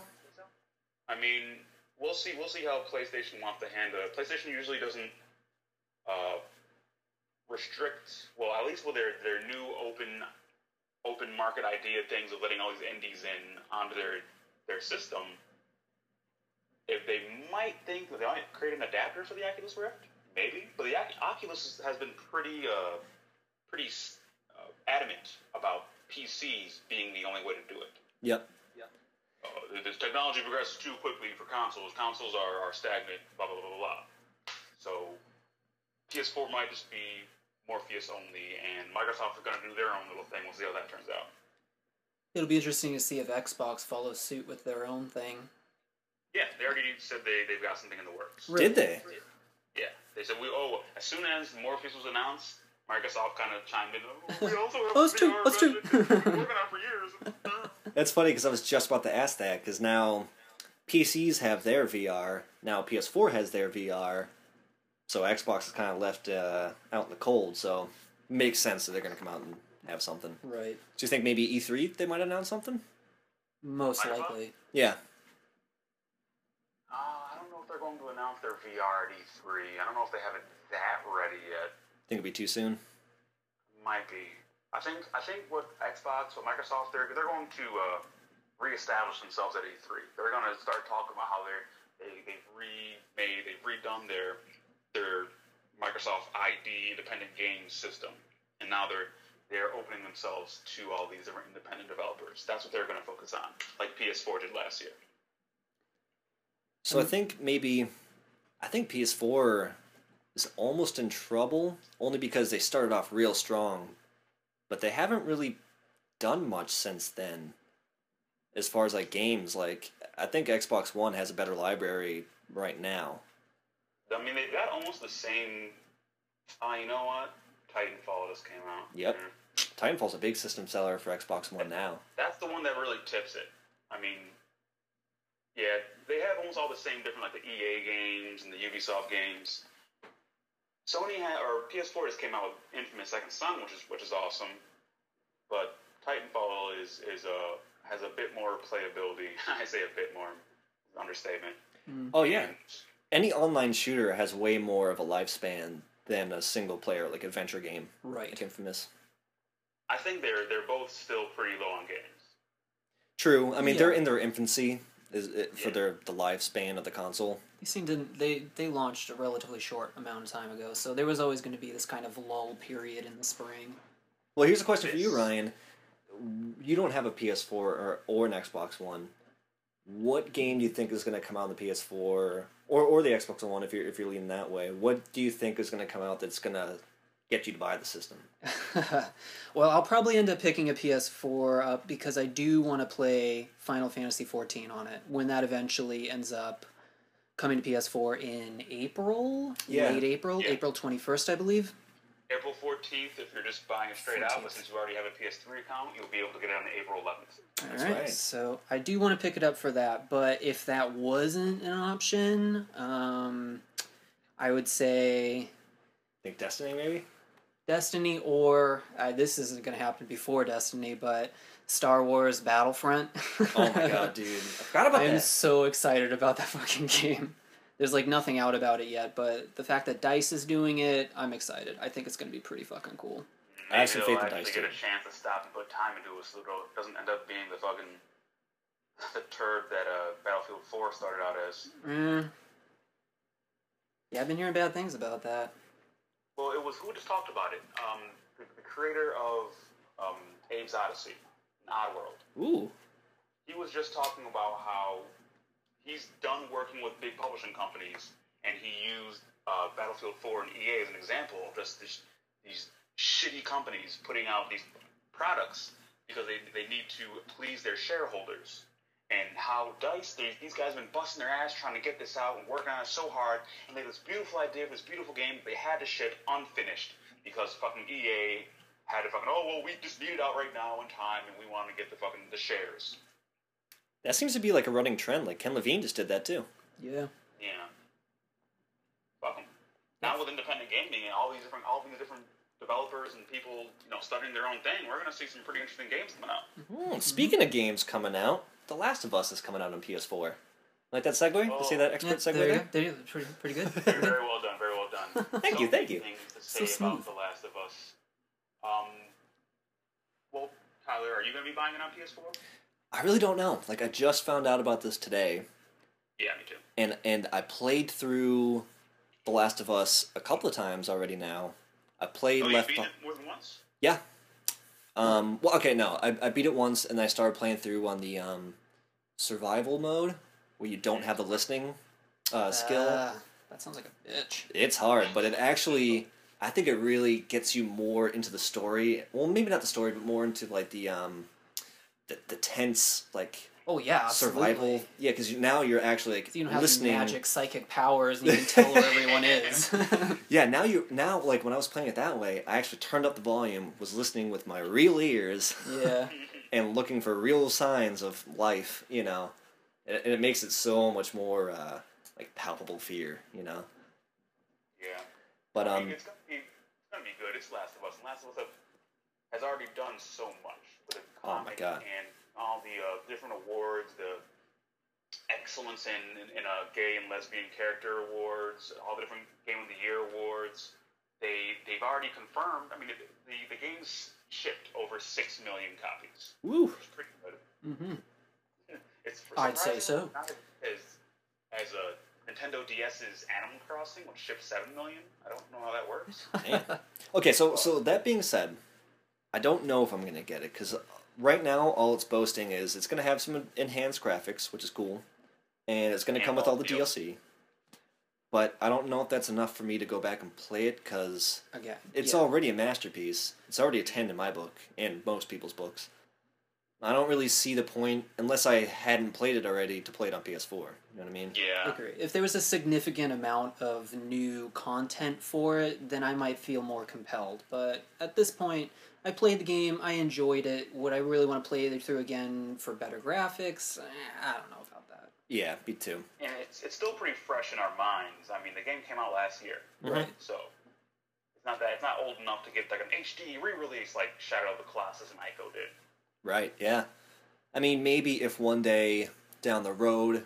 Speaker 3: I mean, we'll see. We'll see how PlayStation wants to handle it. PlayStation usually doesn't uh, restrict. Well, at least with their their new open open market idea things of letting all these indies in onto their their system. If they might think that they might create an adapter for the Oculus Rift, maybe. But the Oc- Oculus has been pretty uh, pretty s- uh, adamant about PCs being the only way to do it.
Speaker 2: Yep.
Speaker 3: Uh, this technology progresses too quickly for consoles. Consoles are, are stagnant, blah, blah, blah, blah, blah. So PS4 might just be Morpheus only, and Microsoft is going to do their own little thing. We'll see how that turns out.
Speaker 4: It'll be interesting to see if Xbox follows suit with their own thing.
Speaker 3: Yeah, they already said they, they've got something in the works.
Speaker 4: Really?
Speaker 2: Did they?
Speaker 3: Yeah, they said, we oh, as soon as Morpheus was announced, Microsoft kind of chimed in. "Oh, we also have
Speaker 4: Oh, that's
Speaker 3: a
Speaker 4: true,
Speaker 3: VR
Speaker 4: that's true."
Speaker 3: budget that we've been working on for years.
Speaker 2: That's funny because I was just about to ask that because now PCs have their VR, now PS4 has their VR, so Xbox is kind of left uh, out in the cold. So makes sense that they're going to come out and have something.
Speaker 4: Right.
Speaker 2: Do you think maybe E3 they might announce something?
Speaker 4: Most
Speaker 3: Microsoft?
Speaker 4: likely.
Speaker 2: Yeah,
Speaker 3: Uh, I don't know if they're going to announce their VR at E3. I don't know if they have it that ready yet.
Speaker 2: think it'd be too soon.
Speaker 3: Might be. I think I think what Xbox, what Microsoft, they're they're going to uh, reestablish themselves at E3. They're going to start talking about how they're they they've remade, they've redone their their Microsoft ID independent game system, and now they're they're opening themselves to all these different independent developers. That's what they're going to focus on, like PS4 did last year.
Speaker 2: So I think maybe I think PS4 is almost in trouble only because they started off real strong, but they haven't really done much since then. As far as like games, like I think Xbox One has a better library right now.
Speaker 3: I mean, they've got almost the same. Ah, you know what? Titanfall just came out.
Speaker 2: Yep.
Speaker 3: Mhm.
Speaker 2: Titanfall's a big system seller for Xbox One now.
Speaker 3: That's the one that really tips it. I mean, yeah, they have almost all the same different, like the EA games and the Ubisoft games. Sony had, or PS4 just came out with Infamous Second Son, which is which is awesome. But Titanfall is is a has a bit more playability. (laughs) I say a bit more, understatement.
Speaker 2: Oh yeah. Any online shooter has way more of a lifespan than a single player like adventure game like
Speaker 4: Right.
Speaker 2: Infamous.
Speaker 3: I think they're they're both still pretty low on games.
Speaker 2: True. I mean, they're
Speaker 4: Yeah.
Speaker 2: in their infancy is it, for
Speaker 3: Yeah.
Speaker 2: their the lifespan of the console.
Speaker 4: They seem to they they launched a relatively short amount of time ago, so there was always going to be this kind of lull period in the spring. (laughs)
Speaker 2: Well, here's a question for you,
Speaker 3: Yes.
Speaker 2: Ryan. You don't have a PS4 or, or an Xbox One. What game do you think is going to come out on the PS4 or, or the Xbox One if you're if you're leaning that way? What do you think is going to come out that's going to get you to buy the system?
Speaker 4: well, I'll probably end up picking a PS4 up because I do want to play Final Fantasy 14 on it when that eventually ends up coming to PS4 in April,
Speaker 2: Yeah.
Speaker 4: late April,
Speaker 3: Yeah.
Speaker 4: April 21st, I believe.
Speaker 3: April 14th, if you're just buying it straight out, but
Speaker 4: 14th.
Speaker 3: since you already have a PS3 account, you'll be able to get it on April 11th.
Speaker 4: All
Speaker 2: That's
Speaker 4: right.
Speaker 2: right.
Speaker 4: So I do want to pick it up for that, but if that wasn't an option, um, I would say
Speaker 2: think Destiny
Speaker 3: (laughs)
Speaker 2: maybe.
Speaker 4: Destiny or uh, this isn't going to happen before Destiny, but Star Wars Battlefront.
Speaker 2: Oh my
Speaker 4: (laughs)
Speaker 2: god, dude! I forgot about
Speaker 4: I'm
Speaker 2: that.
Speaker 4: so excited about that fucking game. There's like nothing out about it yet, but the fact that Dice is doing it, I'm excited. I think it's going to be pretty fucking cool.
Speaker 2: I have some
Speaker 3: Maybe
Speaker 2: faith
Speaker 3: they'll
Speaker 2: in
Speaker 3: actually
Speaker 2: Dice,
Speaker 3: get
Speaker 2: too.
Speaker 3: a chance to stop and put time into it, so that it doesn't end up being the fucking the turd that uh, Battlefield Four started out as.
Speaker 4: Mm. Yeah, I've been hearing bad things about that.
Speaker 3: Well, it was who just talked about it. Um, the, the creator of um, Abe's Odyssey, Oddworld.
Speaker 4: Ooh.
Speaker 3: He was just talking about how he's done working with big publishing companies, and he used uh, Battlefield 4 and EA as an example of just this, these shitty companies putting out these products because they, they need to please their shareholders. And how Dice, they, these guys have been busting their ass trying to get this out and working on it so hard, and they had this beautiful idea for this beautiful game they had to ship unfinished because fucking EA had to fucking, oh, well, we just need it out right now in time, and we wanted to get the fucking the shares.
Speaker 2: That seems to be like a running trend. Like Ken Levine just did that too.
Speaker 4: Yeah.
Speaker 3: Yeah. Fuck 'em. Now with independent gaming and all these different all these different developers and people, you know, studying their own thing, we're gonna see some pretty interesting games coming out.
Speaker 2: Hmm,
Speaker 4: Mm-hmm.
Speaker 2: Speaking of games coming out, The Last of Us is coming out on PS4. Like that segue? You see that expert
Speaker 4: Oh, yeah,
Speaker 2: segue
Speaker 4: there
Speaker 2: there?
Speaker 4: you go. There you go. Pretty, pretty
Speaker 2: (laughs)
Speaker 3: (laughs)
Speaker 4: good. (laughs)
Speaker 3: Very, very well done. Very well done.
Speaker 2: Thank
Speaker 3: so
Speaker 2: you, thank
Speaker 3: many
Speaker 2: you.
Speaker 3: Things to
Speaker 4: So
Speaker 3: say
Speaker 4: smooth.
Speaker 3: about The Last of Us. Um, well, Tyler, are you gonna be buying it on PS4?
Speaker 2: I really don't know. Like I just found out about this today,
Speaker 3: Yeah, me too.
Speaker 2: and and I played through The Last of Us a couple of times already. Now I played
Speaker 3: Oh, you
Speaker 2: Left.
Speaker 3: beat
Speaker 2: Beh-
Speaker 3: it Hmm. more than once.
Speaker 2: Yeah. Um, well, okay, no, I, I beat it once, and I started playing through on the um, survival mode where you don't have the listening uh, skill.
Speaker 4: Hmm. Ah, that sounds like a bitch.
Speaker 2: It's hard, but it actually, I think it really gets you more into the story. Well, maybe not the story, but more into like the um, the, the tense like
Speaker 4: Oh yeah, absolutely.
Speaker 2: survival. Yeah, because you, now you're actually like
Speaker 4: You don't have
Speaker 2: listening.
Speaker 4: magic psychic powers, and you can tell
Speaker 2: (laughs)
Speaker 4: where everyone is. (laughs)
Speaker 2: Yeah, now you now like when I was playing it that way, I actually turned up the volume, was listening with my real ears.
Speaker 4: yeah.
Speaker 2: and looking for real signs of life, you know, and, and it makes it so much more uh, like palpable fear, you know.
Speaker 3: Yeah.
Speaker 2: But
Speaker 3: I
Speaker 2: um,
Speaker 3: mean, it's gonna be it's gonna be good. It's Last of Us, and Last of Us have, has already done so much with the
Speaker 2: Oh my
Speaker 3: comic
Speaker 2: God.
Speaker 3: and all the uh, different awards, the excellence in, in in uh, gay and lesbian character awards, all the different Game of the Year awards. They they've already confirmed. I mean, the the, the game's shipped over six million copies,
Speaker 2: woo,
Speaker 3: which is pretty good.
Speaker 4: Mm-hmm.
Speaker 3: It's
Speaker 4: I'd say
Speaker 3: surprisingly
Speaker 4: so.
Speaker 3: Not as as a Nintendo DS's Animal Crossing, which shipped seven million. I don't know how that
Speaker 4: (laughs)
Speaker 3: works.
Speaker 2: man. okay. So so that being said, I don't know if I'm gonna get it because right now all it's boasting is it's gonna have some enhanced graphics, which is cool, and it's gonna
Speaker 3: And
Speaker 2: come with
Speaker 3: all
Speaker 2: all the
Speaker 3: the
Speaker 2: DLC. But I don't know if that's enough for me to go back and play it because
Speaker 4: Again,
Speaker 2: It's
Speaker 4: yeah.
Speaker 2: already a masterpiece. It's already a 10 in my book and most people's books. I don't really see the point unless I hadn't played it already to play it on PS4. You know what I mean?
Speaker 3: Yeah.
Speaker 4: agree. If there was a significant amount of new content for it, then I might feel more compelled. But at this point, I played the game. I enjoyed it. Would I really want to play it through again for better graphics? Eh, I don't know about that.
Speaker 2: Yeah, me too.
Speaker 3: And it's, it's still pretty fresh in our minds. I mean, the game came out last year,
Speaker 2: Right.
Speaker 3: so it's not that it's not old enough to get like an HD re-release like Shadow of the Colossus and Ico did.
Speaker 2: Right, yeah. I mean, maybe if one day down the road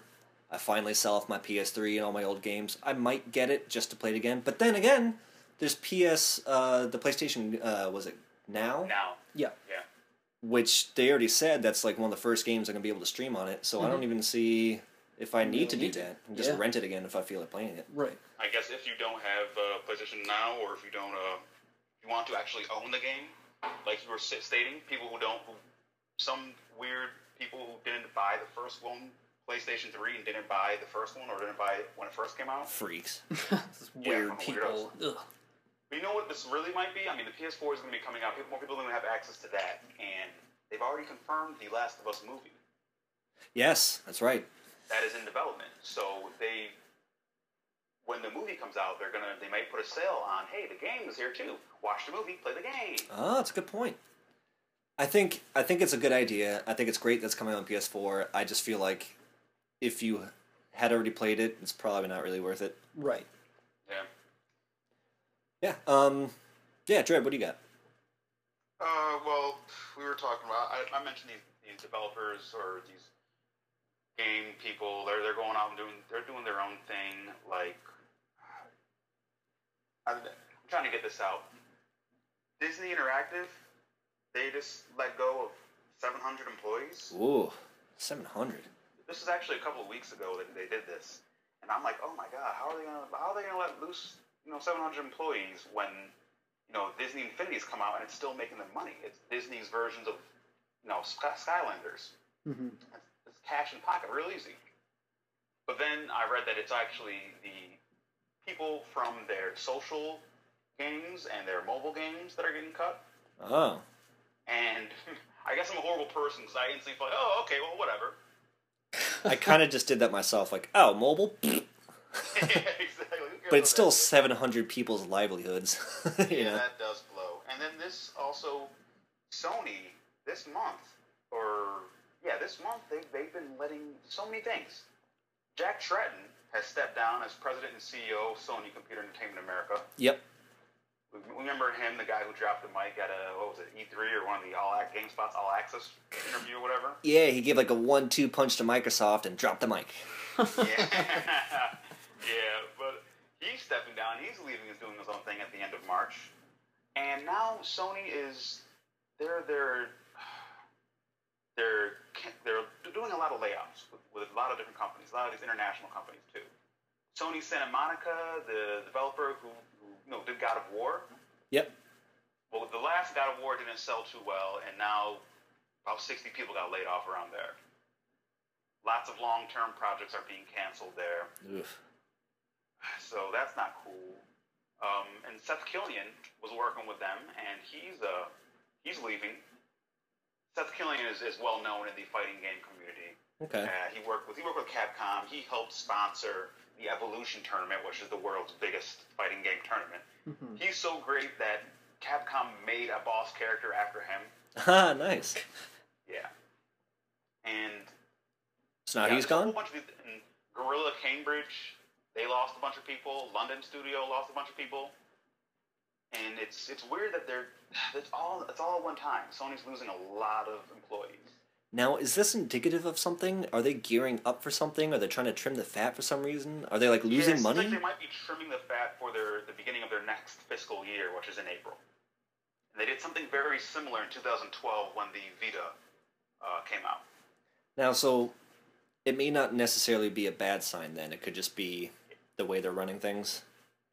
Speaker 2: I finally sell off my PS3 and all my old games, I might get it just to play it again. But then again, there's PS, uh, the PlayStation, uh, was it Now?
Speaker 3: Now,
Speaker 4: Yeah.
Speaker 3: yeah,
Speaker 2: which they already said that's like one of the first games I'm gonna be able to stream on it. So I don't even see if I need to do
Speaker 4: Mm-hmm. need to.
Speaker 2: that. And just
Speaker 4: Yeah.
Speaker 2: rent it again if I feel like playing it.
Speaker 4: Right. (laughs)
Speaker 3: I guess if you don't have uh, PlayStation Now, or if you don't, uh, you want to actually own the game, like you were s- stating, people who don't, who, some weird people who didn't buy the first one, PlayStation Three, and didn't buy the first one, or didn't buy it when it first came out.
Speaker 2: Freaks.
Speaker 4: This weird
Speaker 3: weirdos.
Speaker 4: people. Ugh.
Speaker 3: But you know what this really might be? I mean, the PS4 is going to be coming out. People, more people are going to have access to that, and they've already confirmed the Last of Us movie
Speaker 2: yes, that's right.
Speaker 3: that is in development. So they, when the movie comes out, they're gonna they might put a sale on. Hey, the game is here too. Watch the movie, play the game.
Speaker 2: Oh, that's a good point. I think I think it's a good idea. I think it's great that's coming on PS4. I just feel like if you had already played it, it's probably not really worth it.
Speaker 4: Right.
Speaker 3: Yeah.
Speaker 2: Yeah. Um. Yeah, Dread. What do you got?
Speaker 3: Uh, well, we were talking about. I, I mentioned these, these developers or these game people. They're they're going out and doing they're doing their own thing. Like, I'm, I'm trying to get this out. Disney Interactive, they just let go of 700 employees.
Speaker 2: Ooh, seven hundred.
Speaker 3: This was actually a couple of weeks ago that they did this, and I'm like, oh my god, how are they gonna how are they gonna let loose you know 700 employees when you know Disney Infinity's come out and it's still making them money? It's Disney's versions of you know Sky, Skylanders.
Speaker 4: Mm-hmm.
Speaker 3: It's, it's cash in pocket, real easy. But then I read that it's actually the people from their social games and their mobile games that are getting cut.
Speaker 2: Oh.
Speaker 3: And (laughs) I guess I'm a horrible person because I instantly thought, oh, okay, well, whatever.
Speaker 2: I kind of just did that myself. Like, oh, mobile.
Speaker 3: (laughs) exactly. Who cares
Speaker 2: But it's still
Speaker 3: about that?
Speaker 2: seven hundred people's livelihoods. (laughs) you
Speaker 3: Yeah,
Speaker 2: know.
Speaker 3: that does blow. And then this also, Sony this month, or yeah, this month they they've been letting so many things. Jack Tretton has stepped down as president and CEO of Sony Computer Entertainment America.
Speaker 2: Yep.
Speaker 3: We we remember him, the guy who dropped the mic at a what was it, E3 or one of the All Ac- GameSpot's All Access interview or whatever.
Speaker 2: Yeah, he gave like a one-two punch to Microsoft and dropped the mic.
Speaker 3: yeah, (laughs) yeah, but he's stepping down. He's leaving. He's doing his own thing at the end of March, and now Sony is they're they're (sighs) they're they're doing a lot of layoffs with, with a lot of different companies, a lot of these international companies too. Sony Santa Monica, the developer who, who you know did God of War,
Speaker 2: Yep.
Speaker 3: well, the last God of War didn't sell too well, and now about 60 people got laid off around there. Lots of long term projects are being canceled there,
Speaker 2: Oof.
Speaker 3: so that's not cool. Um, and Seth Killian was working with them, and he's uh, he's leaving. Seth Killian is, is well known in the fighting game community.
Speaker 2: Okay. (laughs)
Speaker 3: Uh, he worked with he worked with Capcom. He helped sponsor the Evolution tournament, which is the world's biggest fighting game tournament.
Speaker 4: Mhm.
Speaker 3: He's so great that Capcom made a boss character after him.
Speaker 2: Ah, nice.
Speaker 3: Yeah, and
Speaker 2: So now
Speaker 3: yeah,
Speaker 2: he's
Speaker 3: there's A
Speaker 2: gone.
Speaker 3: whole bunch of these, and Gorilla Cambridge, they lost a bunch of people. London Studio lost a bunch of people. And it's it's weird that they're (sighs) it's all it's all at one time. Sony's losing a lot of employees.
Speaker 2: Now, is this indicative of something? Are they gearing up for something? Are they trying to trim the fat for some reason? Are they like
Speaker 3: Yeah,
Speaker 2: losing
Speaker 3: it seems
Speaker 2: money?
Speaker 3: Like they might be trimming the fat for their the beginning of their next fiscal year, which is in April. And they did something very similar in 2012 when the Vita uh, came out.
Speaker 2: Now, so it may not necessarily be a bad sign then. It could just be the way they're running things.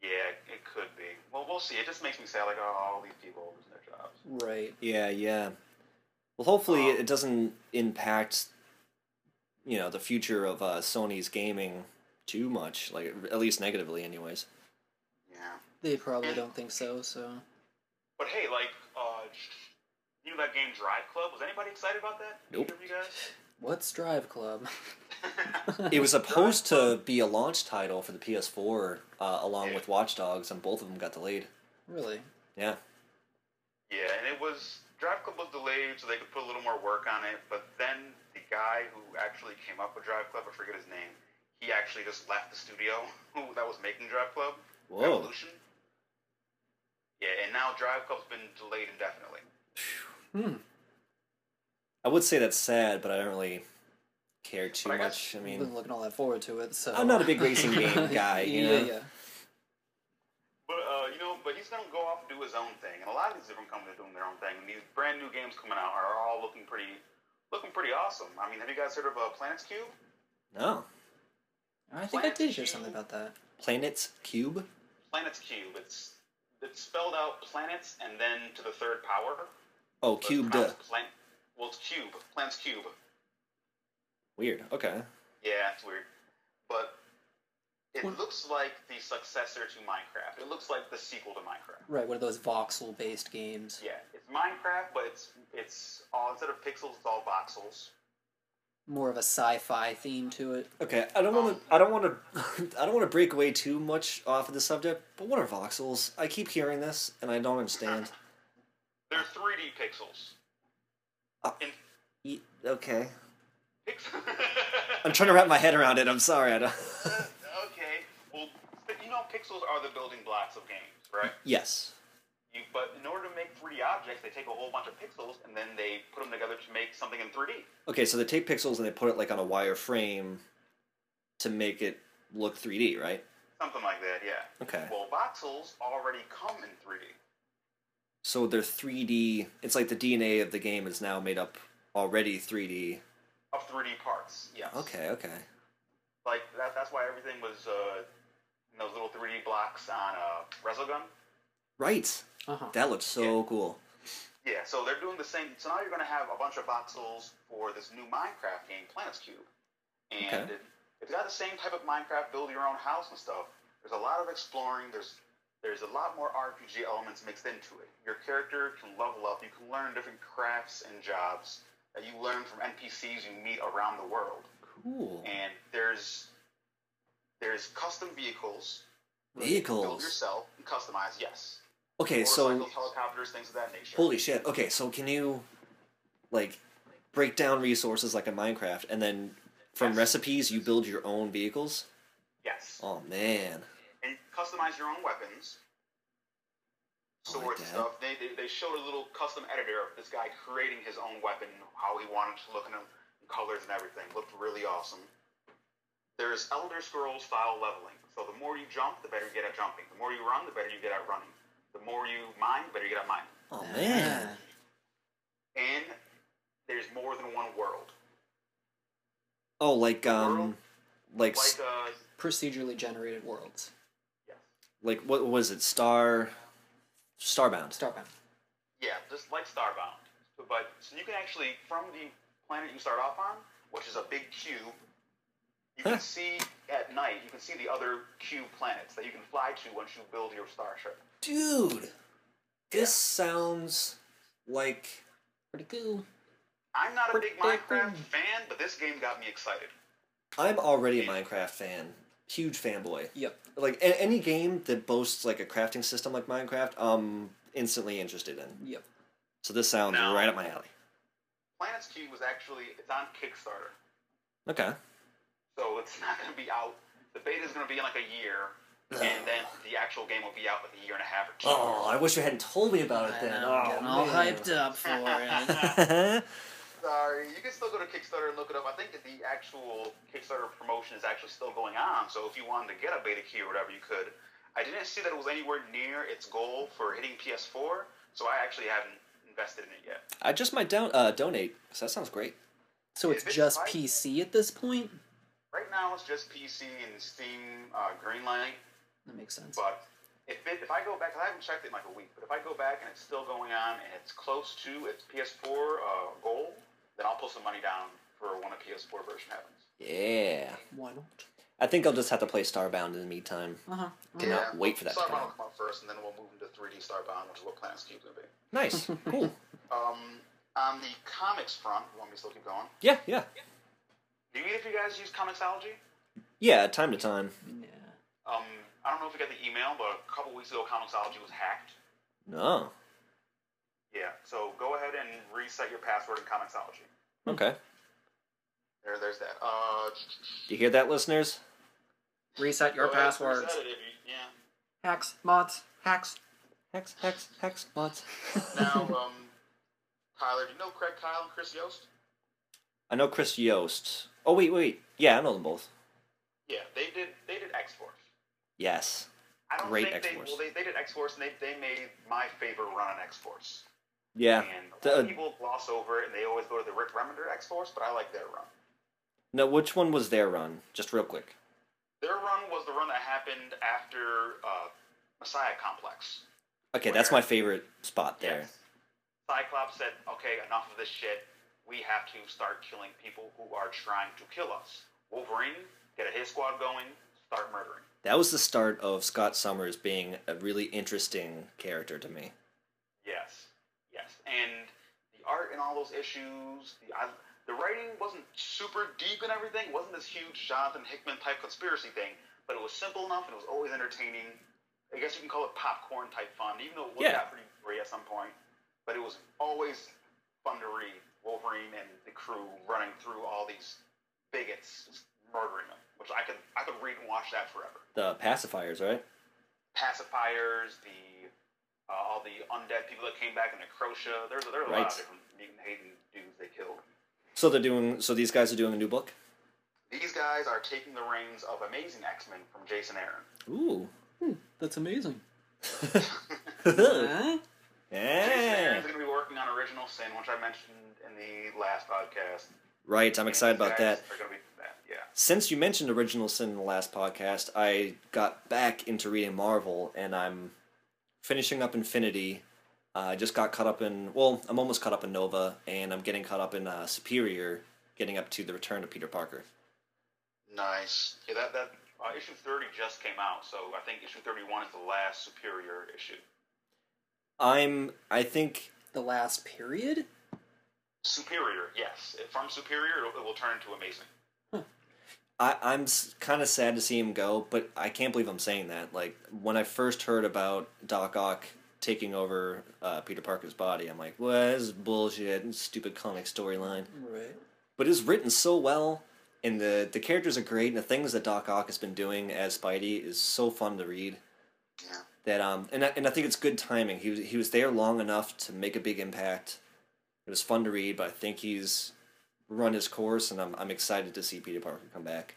Speaker 3: Yeah, it could be. Well, we'll see. It just makes me sad. Like, oh, all these people losing their jobs.
Speaker 4: Right.
Speaker 2: Yeah, yeah. Well, hopefully
Speaker 3: Um,
Speaker 2: it doesn't impact, you know, the future of uh, Sony's gaming too much, like at least negatively, anyways.
Speaker 3: Yeah.
Speaker 4: They probably don't think so. So
Speaker 3: But hey, like, uh, you know that game Drive Club? Was anybody excited about that?
Speaker 2: Nope.
Speaker 3: Either of you guys?
Speaker 4: what's Drive Club? (laughs)
Speaker 2: It was supposed to be a launch title for the PS4, uh, along with Watch Dogs, and both of them got delayed.
Speaker 4: really?
Speaker 2: Yeah.
Speaker 3: Yeah, and it was Drive Club was delayed so they could put a little more work on it. But then the guy who actually came up with Drive Club, I forget his name, he actually just left the studio (laughs) who that was making Drive Club.
Speaker 2: Whoa.
Speaker 3: Revolution. Yeah, and now Drive Club's been delayed indefinitely.
Speaker 4: Hmm.
Speaker 2: I would say that's sad, but I don't really care too
Speaker 3: But I
Speaker 2: much.
Speaker 3: guess-
Speaker 2: I
Speaker 4: I've
Speaker 2: mean,
Speaker 4: been looking all that forward to it. So
Speaker 2: I'm not a big racing game
Speaker 4: (laughs)
Speaker 2: guy, you know?
Speaker 4: Yeah, yeah.
Speaker 3: But uh, you know, but he's gonna go off and do his own thing, and a lot of these different companies are doing their own thing. And these brand new games coming out are all looking pretty, looking pretty awesome. I mean, have you guys heard of uh, Planets Cube?
Speaker 2: no.
Speaker 4: I think I did hear something about that.
Speaker 2: Planets Cube?
Speaker 3: Planets Cube. It's it's spelled out planets and then to the third power.
Speaker 2: Oh,
Speaker 3: But
Speaker 2: Cube, duh.
Speaker 3: pronounced Plan- well, it's cube. Planets Cube.
Speaker 2: Weird. Okay.
Speaker 3: Yeah, it's weird, but it
Speaker 4: What-
Speaker 3: looks like the successor to Minecraft. It looks like the sequel to Minecraft.
Speaker 4: Right, one of those voxel-based games.
Speaker 3: Yeah, it's Minecraft, but it's it's all instead of pixels, it's all voxels.
Speaker 4: More of a sci-fi theme to it.
Speaker 2: Okay, I don't
Speaker 3: Oh.
Speaker 2: want to. I don't want to. (laughs) I don't want to break away too much off of the subject. But what are voxels? I keep hearing this, and I don't understand.
Speaker 3: They're 3D pixels.
Speaker 2: Uh.
Speaker 3: In
Speaker 2: E- okay,
Speaker 3: pix- (laughs)
Speaker 2: I'm trying to wrap my head around it. I'm sorry. I don't. (laughs)
Speaker 3: okay. Well, but, you know, pixels are the building blocks of games, right?
Speaker 2: Yes.
Speaker 3: You, but in order to make 3D objects, they take a whole bunch of pixels and then they put them together to make something in 3D.
Speaker 2: Okay, so they take pixels and they put it like on a wire frame to make it look 3D, right?
Speaker 3: Something like that, yeah.
Speaker 2: Okay.
Speaker 3: Well, voxels already come in 3D.
Speaker 2: So they're 3D. It's like the DNA of the game is now made up already 3D.
Speaker 3: Of 3D parts, yes.
Speaker 2: Okay, okay.
Speaker 3: Like, that, that's why everything was uh, in those little 3D blocks on uh, Resogun.
Speaker 2: Right.
Speaker 4: Uh-huh.
Speaker 2: That looks so cool.
Speaker 3: Yeah, so they're doing the same. So now you're going to have a bunch of voxels for this new Minecraft game, Planets Cube. And
Speaker 2: Okay.
Speaker 3: it, it's got the same type of Minecraft, build your own house and stuff. There's a lot of exploring. There's there's a lot more RPG elements mixed into it. Your character can level up. You can learn different crafts and jobs that you learn from NPCs you meet around the world.
Speaker 2: Cool.
Speaker 3: And there's there's custom vehicles. that you can Build
Speaker 2: Vehicles.
Speaker 3: yourself and customize. Yes.
Speaker 2: Okay, so
Speaker 3: Motorcycles, helicopters, things of that nature.
Speaker 2: holy shit. Okay, so can you like break down resources like in Minecraft and then from
Speaker 3: Yes.
Speaker 2: recipes you build your own vehicles?
Speaker 3: Yes.
Speaker 2: Oh man.
Speaker 3: and customize your own weapons,
Speaker 2: I like
Speaker 3: swords and
Speaker 2: that.
Speaker 3: stuff. They, they they showed a little custom editor of this guy creating his own weapon, how he wanted to look and uh, colors and everything. Looked really awesome. There's Elder Scrolls style leveling. So the more you jump, the better you get at jumping. The more you run, the better you get at running. The more you mine, the better you get at mining.
Speaker 2: Oh man.
Speaker 3: And there's more than one world.
Speaker 2: Oh like um
Speaker 3: World?
Speaker 2: like
Speaker 3: Like
Speaker 2: s-
Speaker 3: uh,
Speaker 4: Procedurally generated worlds.
Speaker 3: yes.
Speaker 2: like what was it? Star Starbound.
Speaker 4: Starbound.
Speaker 3: Yeah, just like Starbound. But so you can actually, from the planet you start off on, which is a big cube, you
Speaker 2: Huh.
Speaker 3: can see at night. You can see the other cube planets that you can fly to once you build your starship.
Speaker 2: Dude, this sounds like
Speaker 4: Pretty cool.
Speaker 3: I'm not a big
Speaker 4: Pretty
Speaker 3: Minecraft
Speaker 4: cool.
Speaker 3: fan, but this game got me excited.
Speaker 2: I'm already a Minecraft fan, huge fanboy.
Speaker 4: Yep.
Speaker 2: Like a- any game that boasts like a crafting system like Minecraft, I'm instantly interested in.
Speaker 4: Yep.
Speaker 2: So this sounds
Speaker 3: No.
Speaker 2: right up my alley.
Speaker 3: Planets Cube was actually it's on Kickstarter,
Speaker 2: Okay.
Speaker 3: so it's (laughs) not going to be out. The beta is going to be in like a year, and then the actual game will be out like a year and a half or two.
Speaker 2: Oh, I wish you hadn't told me about it
Speaker 4: I
Speaker 2: then. Oh,
Speaker 4: know, I'm getting all hyped up for
Speaker 2: (laughs)
Speaker 4: it.
Speaker 2: hyped.
Speaker 3: Sorry, you can still go to Kickstarter and look it up. I think that the actual Kickstarter promotion is actually still going on. So if you wanted to get a beta key or whatever, you could. I didn't see that it was anywhere near its goal for hitting PS4, so I actually haven't invested in it yet.
Speaker 2: I just might down uh, donate. So that sounds great.
Speaker 4: So it's
Speaker 3: If it's
Speaker 4: just
Speaker 3: right-
Speaker 4: PC at this point?
Speaker 3: Right now, it's just PC and Steam uh, Greenlight.
Speaker 4: That makes sense.
Speaker 3: But if it, if I go back, 'cause I haven't checked it in like a week, but if I go back and it's still going on and it's close to its PS4 uh, goal, then I'll put some money down for when a PS4 version happens.
Speaker 2: Yeah.
Speaker 4: Why not?
Speaker 2: I think I'll just have to play Starbound in the meantime.
Speaker 4: Uh-huh.
Speaker 2: Cannot wait for that to come
Speaker 3: Starbound
Speaker 2: out.
Speaker 3: will come out first, and then we'll move into 3D Starbound, which is what Planets Cube's gonna be.
Speaker 2: Nice. cool.
Speaker 3: Um, on the comics front, you want me to still keep going?
Speaker 2: Yeah. Yeah.
Speaker 3: Do either of you guys use Comicsology?
Speaker 2: Yeah. Time to time.
Speaker 4: Yeah.
Speaker 3: Um, I don't know if you got the email, but a couple weeks ago, Comicsology was hacked.
Speaker 2: No.
Speaker 3: Yeah, so go ahead and reset your password in Comicsology.
Speaker 2: Okay.
Speaker 3: There, there's that. Uh,
Speaker 2: You hear that, listeners?
Speaker 4: Reset your
Speaker 3: go ahead and
Speaker 4: passwords.
Speaker 3: reset it if you- yeah.
Speaker 4: Hacks, mods, hacks.
Speaker 2: Hex, hex, hex, mods.
Speaker 3: Now, um, Tyler, do you know Craig Kyle and Chris Yost?
Speaker 2: I know Chris Yost. Oh wait, wait. Yeah, I know them both.
Speaker 3: Yeah, they did. They did X Force.
Speaker 2: Yes.
Speaker 3: I don't
Speaker 2: Great
Speaker 3: think
Speaker 2: X-Force.
Speaker 3: they. Well, they, they did X Force, and they, they made my favorite run on X Force.
Speaker 2: Yeah.
Speaker 3: And a
Speaker 2: The- uh,
Speaker 3: lot of people gloss over it, and they always go to the Rick Remender X Force, but I like their run.
Speaker 2: no, which one was their run? Just real quick.
Speaker 3: Their run was the run that happened after uh, Messiah Complex.
Speaker 2: Okay, that's
Speaker 3: Where?
Speaker 2: my favorite spot there.
Speaker 3: Yes. Cyclops said, "Okay, enough of this shit. We have to start killing people who are trying to kill us." Wolverine, get a hit squad going, start murdering.
Speaker 2: That was the start of Scott Summers being a really interesting character to me.
Speaker 3: Yes, yes, and the art in all those issues, the I, the writing wasn't super deep and everything. It wasn't this huge Jonathan Hickman type conspiracy thing, but it was simple enough and it was always entertaining. I guess you can call it popcorn type fun, even though it was
Speaker 2: Yeah.
Speaker 3: got pretty gory at some point. But it was always fun to read Wolverine and the crew running through all these bigots, just murdering them, which I could I could read and watch that forever.
Speaker 2: The pacifiers, right?
Speaker 3: pacifiers, the uh, all the undead people that came back in Necrotia. There's there's a lot
Speaker 2: Right.
Speaker 3: of different mutant hating dudes they killed.
Speaker 2: So they're doing. So these guys are doing a new book.
Speaker 3: These guys are taking the reins of Amazing X Men from Jason Aaron.
Speaker 2: Ooh.
Speaker 4: That's amazing.
Speaker 2: yeah.
Speaker 4: Huh?
Speaker 3: Jason Aaron's going to be working on Original Sin, which I mentioned in the last podcast.
Speaker 2: Right. I'm excited about
Speaker 3: These guys
Speaker 2: that.
Speaker 3: Are going to be that, yeah.
Speaker 2: Since you mentioned Original Sin in the last podcast, I got back into reading Marvel, and I'm finishing up Infinity. Uh, I just got caught up in. Well, I'm almost caught up in Nova, and I'm getting caught up in uh, Superior, getting up to the Return of Peter Parker.
Speaker 3: Nice. Yeah, that that uh, issue thirty just came out, so I think issue thirty one is the last Superior issue.
Speaker 2: I'm. I think.
Speaker 4: (laughs) The last period?
Speaker 3: Superior, yes. From Superior, it will- it will turn into Amazing.
Speaker 2: I, I'm kind of sad to see him go, but I can't believe I'm saying that. Like when I first heard about Doc Ock taking over uh, Peter Parker's body, I'm like, "Well, this is bullshit, and stupid comic storyline."
Speaker 4: Right.
Speaker 2: But it's written so well, and the the characters are great, and the things that Doc Ock has been doing as Spidey is so fun to read.
Speaker 3: Yeah.
Speaker 2: That um, and I, and I think it's good timing. He was he was there long enough to make a big impact. It was fun to read, but I think he's run his course, and I'm I'm excited to see Peter Parker come back.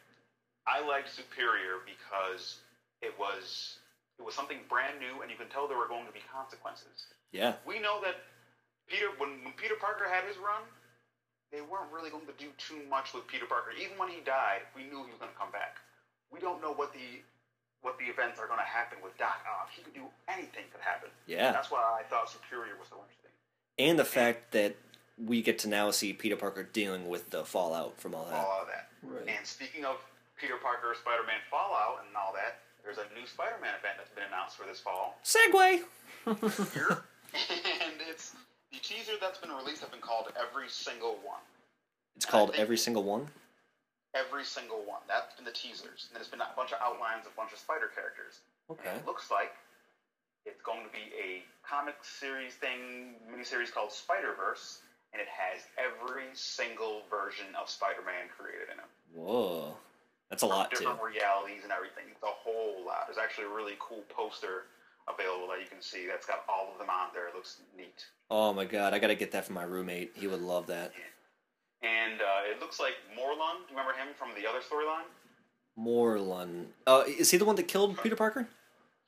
Speaker 3: I liked Superior because it was it was something brand new, and you can tell there were going to be consequences.
Speaker 2: Yeah.
Speaker 3: We know that Peter, when, when Peter Parker had his run, they weren't really going to do too much with Peter Parker. Even when he died, we knew he was going to come back. We don't know what the what the events are going to happen with Doc Ock. He could do anything could happen.
Speaker 2: Yeah.
Speaker 3: That's why I thought Superior was so interesting.
Speaker 2: and the fact that we get to now see Peter Parker dealing with the fallout from all that.
Speaker 3: all of that.
Speaker 4: Right.
Speaker 3: And speaking of Peter Parker, Spider-Man Fallout, and all that, there's a new Spider-Man event that's been announced for this fall,
Speaker 2: Segway.
Speaker 3: and it's the teaser that's been released have been called every single one.
Speaker 2: It's called Every Single One.
Speaker 3: Every single one. That's been the teasers, and there's been a bunch of outlines, a bunch of Spider characters.
Speaker 2: Okay.
Speaker 3: It looks like it's going to be a comic series thing, miniseries called Spider Verse, and it has every single version of Spider-Man created in it.
Speaker 2: Whoa, that's a lot too.
Speaker 3: different realities and everything. It's a whole lot. There's actually a really cool poster available that you can see that's got all of them on there. It looks neat.
Speaker 2: Oh my god, I gotta get that for my roommate. He would love that.
Speaker 3: And uh, it looks like Morlun. Do you remember him from the other storyline?
Speaker 2: Morlun. Uh, is he the one that killed Peter Parker?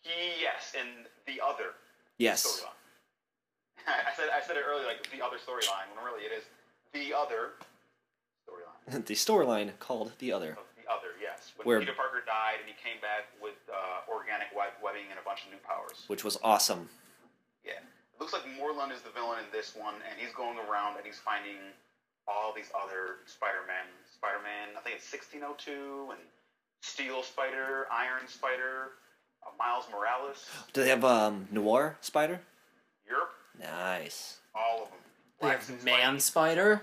Speaker 3: He, yes, in the other
Speaker 2: Yes. (laughs)
Speaker 3: storyline. (laughs) I said I said it earlier, like the other storyline, when really it is the other storyline.
Speaker 2: the storyline called The Other.
Speaker 3: Of the other, yes. When
Speaker 2: Where-
Speaker 3: Peter Parker died and he came back with uh, organic web- webbing and a bunch of new powers.
Speaker 2: Which was awesome.
Speaker 3: Yeah. It looks like Morlun is the villain in this one, and he's going around and he's finding all these other Spider-Men. Spider-Man, I think it's 1602, and Steel Spider, Iron Spider, uh, Miles Morales,
Speaker 2: Do they have um Noir Spider?
Speaker 3: Europe,
Speaker 2: Nice.
Speaker 3: all of them.
Speaker 4: They
Speaker 3: Black
Speaker 4: have Man
Speaker 3: Spider-
Speaker 4: Spider.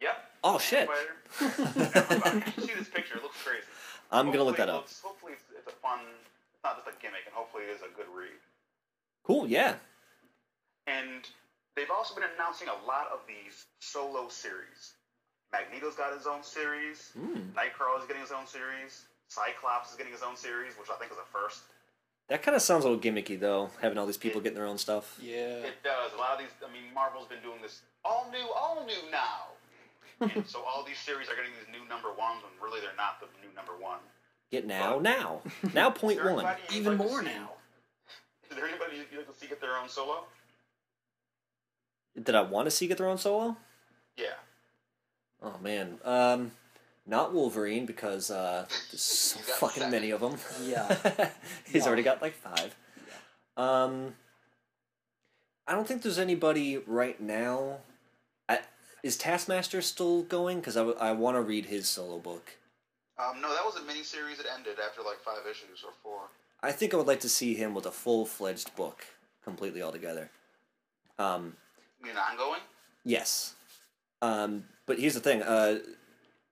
Speaker 3: Yep.
Speaker 2: Oh,
Speaker 3: Man
Speaker 2: shit. (laughs)
Speaker 3: Spider. Everybody. You should see this picture. It looks crazy.
Speaker 2: I'm gonna look
Speaker 3: Hopefully
Speaker 2: that
Speaker 3: it
Speaker 2: up.
Speaker 3: looks- hopefully it's, it's a fun, it's not just a gimmick, and hopefully it is a good read.
Speaker 2: Cool. Yeah.
Speaker 3: And they've also been announcing a lot of these solo series. Magneto's got his own series.
Speaker 4: Hmm.
Speaker 2: Mm.
Speaker 3: Nightcrawler's getting his own series. Cyclops is getting his own series, which I think is a first.
Speaker 2: That kind of sounds a little gimmicky though, having all these people getting their own stuff.
Speaker 4: Yeah.
Speaker 3: It does. A lot of these, I mean, Marvel's been doing this all new, all new
Speaker 4: (laughs)
Speaker 3: now. and so all these series are getting these new number ones when really they're not the new number one.
Speaker 2: Get now, now, now.
Speaker 3: Is
Speaker 2: Point
Speaker 3: there
Speaker 2: one.
Speaker 3: anybody you'd
Speaker 4: Even
Speaker 3: like to
Speaker 4: more
Speaker 3: see-
Speaker 4: now.
Speaker 3: Is there anybody you'd like to see get their own solo?
Speaker 2: Did I want to see get their own solo?
Speaker 3: Yeah.
Speaker 2: Oh man, um, not Wolverine because uh, there's so
Speaker 3: He's got
Speaker 2: fucking
Speaker 3: seven.
Speaker 2: many of
Speaker 3: (laughs)
Speaker 2: them.
Speaker 4: Yeah.
Speaker 2: (laughs) he's
Speaker 4: Yeah.
Speaker 2: already got like five. Um, I don't think there's anybody right now. I, is Taskmaster still going? Because I, want to read his solo book.
Speaker 3: Um, no, that was a miniseries that ended after like five issues or four.
Speaker 2: I think I would like to see him with a full fledged book, completely altogether. Um,
Speaker 3: You mean ongoing?
Speaker 2: Yes. Um, but here's the thing. Uh,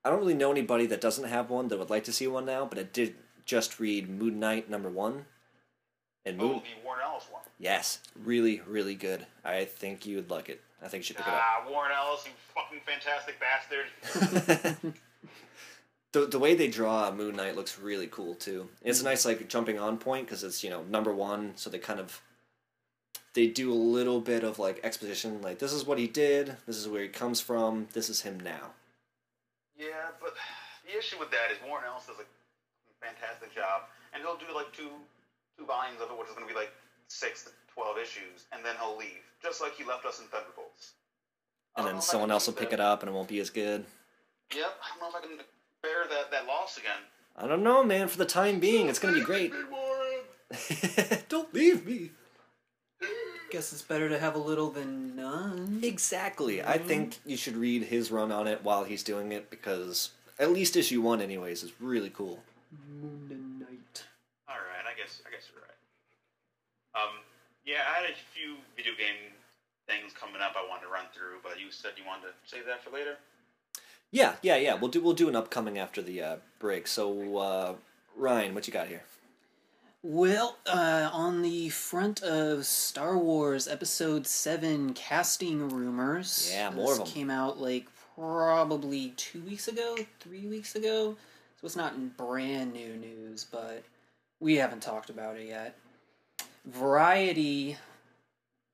Speaker 2: I don't really know anybody that doesn't have one that would like to see one now, but I did just read Moon Knight number one. And
Speaker 3: Oh,
Speaker 2: Moon,
Speaker 3: the Warren Ellis one.
Speaker 2: yes, really, really good. I think you would like it. I think you should pick it up. (laughs)
Speaker 3: Ah, Warren Ellis, you fucking fantastic bastard.
Speaker 2: the the way they draw Moon Knight looks really cool too. It's a nice like jumping on point because it's you know number one, so they kind of they do a little bit of like exposition, like this is what he did, this is where he comes from, this is him now.
Speaker 3: Yeah, but the issue with that is Warren Ellis does a fantastic job, and he'll do like two two volumes of it, which is going to be like six to twelve issues, and then he'll leave, just like he left us in Thunderbolts. I
Speaker 2: And
Speaker 3: don't know
Speaker 2: then
Speaker 3: if I
Speaker 2: someone
Speaker 3: can
Speaker 2: else
Speaker 3: do
Speaker 2: will pick it
Speaker 3: that.
Speaker 2: up and it won't be as good.
Speaker 3: Yep, I don't know if I can bear that, that loss again.
Speaker 2: I don't know, man. For the time being, it's gonna be
Speaker 3: (laughs)
Speaker 2: great. (laughs)
Speaker 3: Leave me, Warren.
Speaker 2: don't leave me.
Speaker 4: (laughs) Guess it's better to have a little than none.
Speaker 2: Exactly. I think you should read his run on it while he's doing it because at least issue one, anyways, is really cool.
Speaker 4: Moon Knight.
Speaker 3: All right, I guess I guess you're right. Um, yeah, I had a few video game things coming up I wanted to run through, but you said you wanted to save that for later.
Speaker 2: Yeah, yeah, yeah. We'll do we'll do an upcoming after the uh, break. So uh, Ryan, what you got here?
Speaker 4: Well, uh, on the front of Star Wars Episode 7 casting rumors.
Speaker 2: Yeah, more of
Speaker 4: this
Speaker 2: 'em.
Speaker 4: came out like probably two weeks ago, three weeks ago. So it's not brand new news, but we haven't talked about it yet. Variety